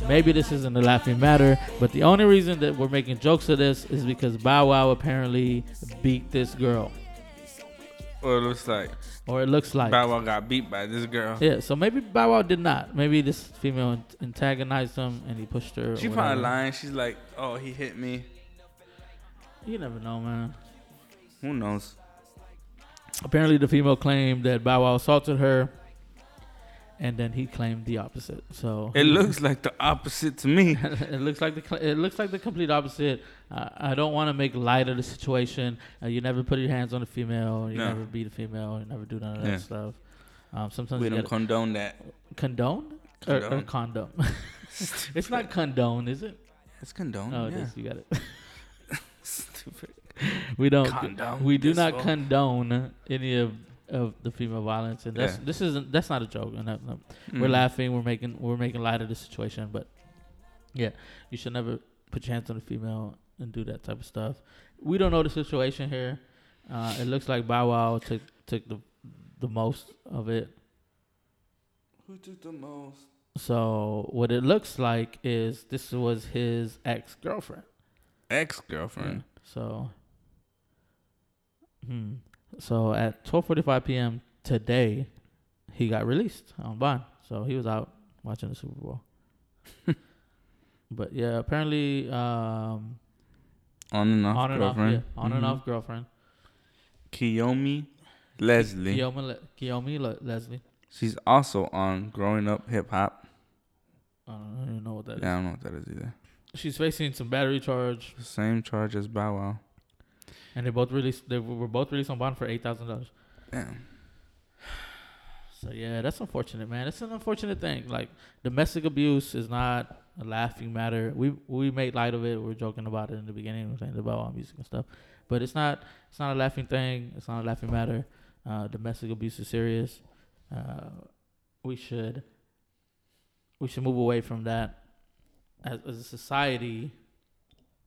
[SPEAKER 1] Maybe this isn't a laughing matter, but the only reason that we're making jokes of this is because Bow Wow apparently beat this girl,
[SPEAKER 3] Or it looks like
[SPEAKER 1] or it looks like.
[SPEAKER 3] Bow Wow got beat by this girl.
[SPEAKER 1] Yeah, so maybe Bow Wow did not. Maybe this female antagonized him and he pushed her. or
[SPEAKER 3] She
[SPEAKER 1] whatever.
[SPEAKER 3] probably lying. She's like, oh, he hit me.
[SPEAKER 1] You never know, man.
[SPEAKER 3] Who knows?
[SPEAKER 1] Apparently, the female claimed that Bow Wow assaulted her, and then he claimed the opposite. So
[SPEAKER 3] It looks like the opposite to me.
[SPEAKER 1] it looks like the cl- it looks like the complete opposite. Uh, I don't want to make light of the situation. Uh, you never put your hands on a female. You
[SPEAKER 3] No.
[SPEAKER 1] never beat a female. You never do none of that
[SPEAKER 3] Yeah.
[SPEAKER 1] stuff. Um, sometimes
[SPEAKER 3] We
[SPEAKER 1] you
[SPEAKER 3] don't
[SPEAKER 1] gotta-
[SPEAKER 3] condone that.
[SPEAKER 1] condone or, or
[SPEAKER 3] Condone.
[SPEAKER 1] condom. it's not condone, is it?
[SPEAKER 3] It's condone.
[SPEAKER 1] Oh, it
[SPEAKER 3] yeah.
[SPEAKER 1] is. You got it.
[SPEAKER 3] Stupid.
[SPEAKER 1] we don't
[SPEAKER 3] Condone
[SPEAKER 1] we do
[SPEAKER 3] this
[SPEAKER 1] not
[SPEAKER 3] one.
[SPEAKER 1] condone any of of the female violence and that's
[SPEAKER 3] Yeah.
[SPEAKER 1] this isn't that's not a joke and that, no. we're
[SPEAKER 3] Mhm.
[SPEAKER 1] laughing we're making we're making light of the situation but yeah you should never put your hands on a female and do that type of stuff we don't know the situation here uh, it looks like Bow Wow took took the the most of it
[SPEAKER 3] Who took the most?
[SPEAKER 1] so what it looks like is this was his ex girlfriend
[SPEAKER 3] Ex girlfriend.
[SPEAKER 1] So, hmm. so at twelve forty five p.m. today, he got released on bond. So he was out watching the Super Bowl. but yeah, apparently, um,
[SPEAKER 3] On and off
[SPEAKER 1] on and off,
[SPEAKER 3] girlfriend.
[SPEAKER 1] yeah, on and
[SPEAKER 3] Mhm.
[SPEAKER 1] off girlfriend.
[SPEAKER 3] Kiyomi Leslie.
[SPEAKER 1] Kiyomi, Le- Kiyomi Le- Leslie.
[SPEAKER 3] She's also on Growing Up Hip Hop.
[SPEAKER 1] I don't even know what that is.
[SPEAKER 3] Yeah, I don't know what that is either.
[SPEAKER 1] She's facing some battery charge,
[SPEAKER 3] Same charge as Bow Wow.
[SPEAKER 1] and they both released. They were both released on bond for eight thousand dollars.
[SPEAKER 3] Damn.
[SPEAKER 1] So yeah, that's unfortunate, man. It's an unfortunate thing. Like domestic abuse is not a laughing matter. We we made light of it. We were joking about it in the beginning. We are saying about all music and stuff, but it's not it's not a laughing thing. It's not a laughing matter. Uh, domestic abuse is serious. Uh, we should we should move away from that as, as a society,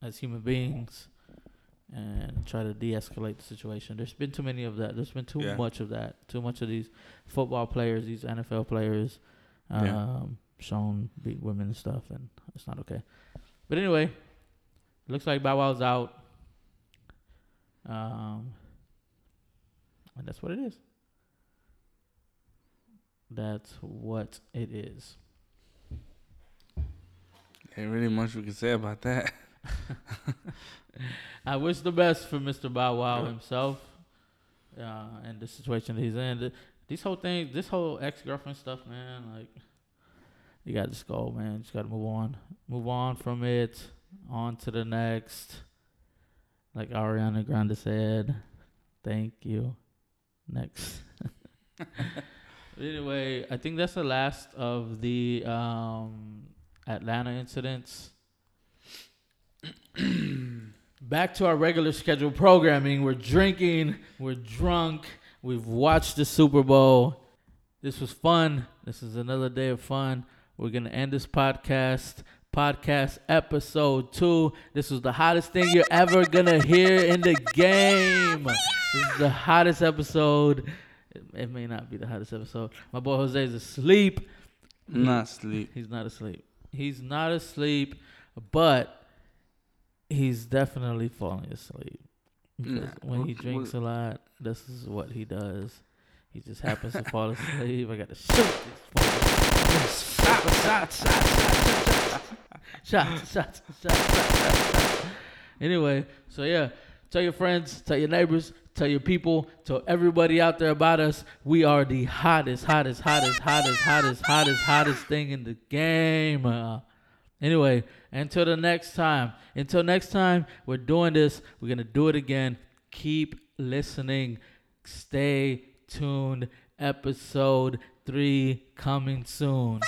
[SPEAKER 1] as human beings, and try to de-escalate the situation. There's been too many of that. There's been too
[SPEAKER 3] Yeah.
[SPEAKER 1] much of that. Too much of these football players, these NFL players, um,
[SPEAKER 3] Yeah.
[SPEAKER 1] shown beat women and stuff, and it's not okay. But anyway, looks like Bow Wow's out. Um, and that's what it is. That's what it is.
[SPEAKER 3] Ain't really much we can say about that.
[SPEAKER 1] I wish Uh, the best for Mr. Bow Wow himself, uh, and the situation that he's in. Th- These whole thing, this whole ex girlfriend stuff, man. Like, you got to just go, man. Just got to move on, move on from it, on to the next. Like Ariana Grande said, "Thank you, next." anyway, I think that's the last of the um, Atlanta incidents. Back to our regular scheduled programming. We're drinking, we're drunk, we've watched the Super Bowl. This was fun. This is another day of fun. We're going to end this podcast. Podcast episode two. This was the hottest thing you're ever going to hear in the game. This is the hottest episode. It, it may not be the hottest episode. My boy Jose is asleep.
[SPEAKER 3] Not asleep.
[SPEAKER 1] He's not asleep. He's not asleep, but he's definitely falling asleep. Because
[SPEAKER 3] Nah,
[SPEAKER 1] when he
[SPEAKER 3] wh-
[SPEAKER 1] drinks
[SPEAKER 3] wh-
[SPEAKER 1] a lot, this is what he does. He just happens to fall asleep. I got to shoot this fucker. Shots, shots, shots, shots. Anyway, so yeah, tell your friends, tell your neighbors, tell your people, tell everybody out there about us. We are the hottest, hottest, hottest, hottest, hottest, hottest, hottest thing in the game. Uh, anyway, until the next time. Until next time, we're doing this. We're gonna do it again. Keep listening. Stay tuned. Episode three coming soon.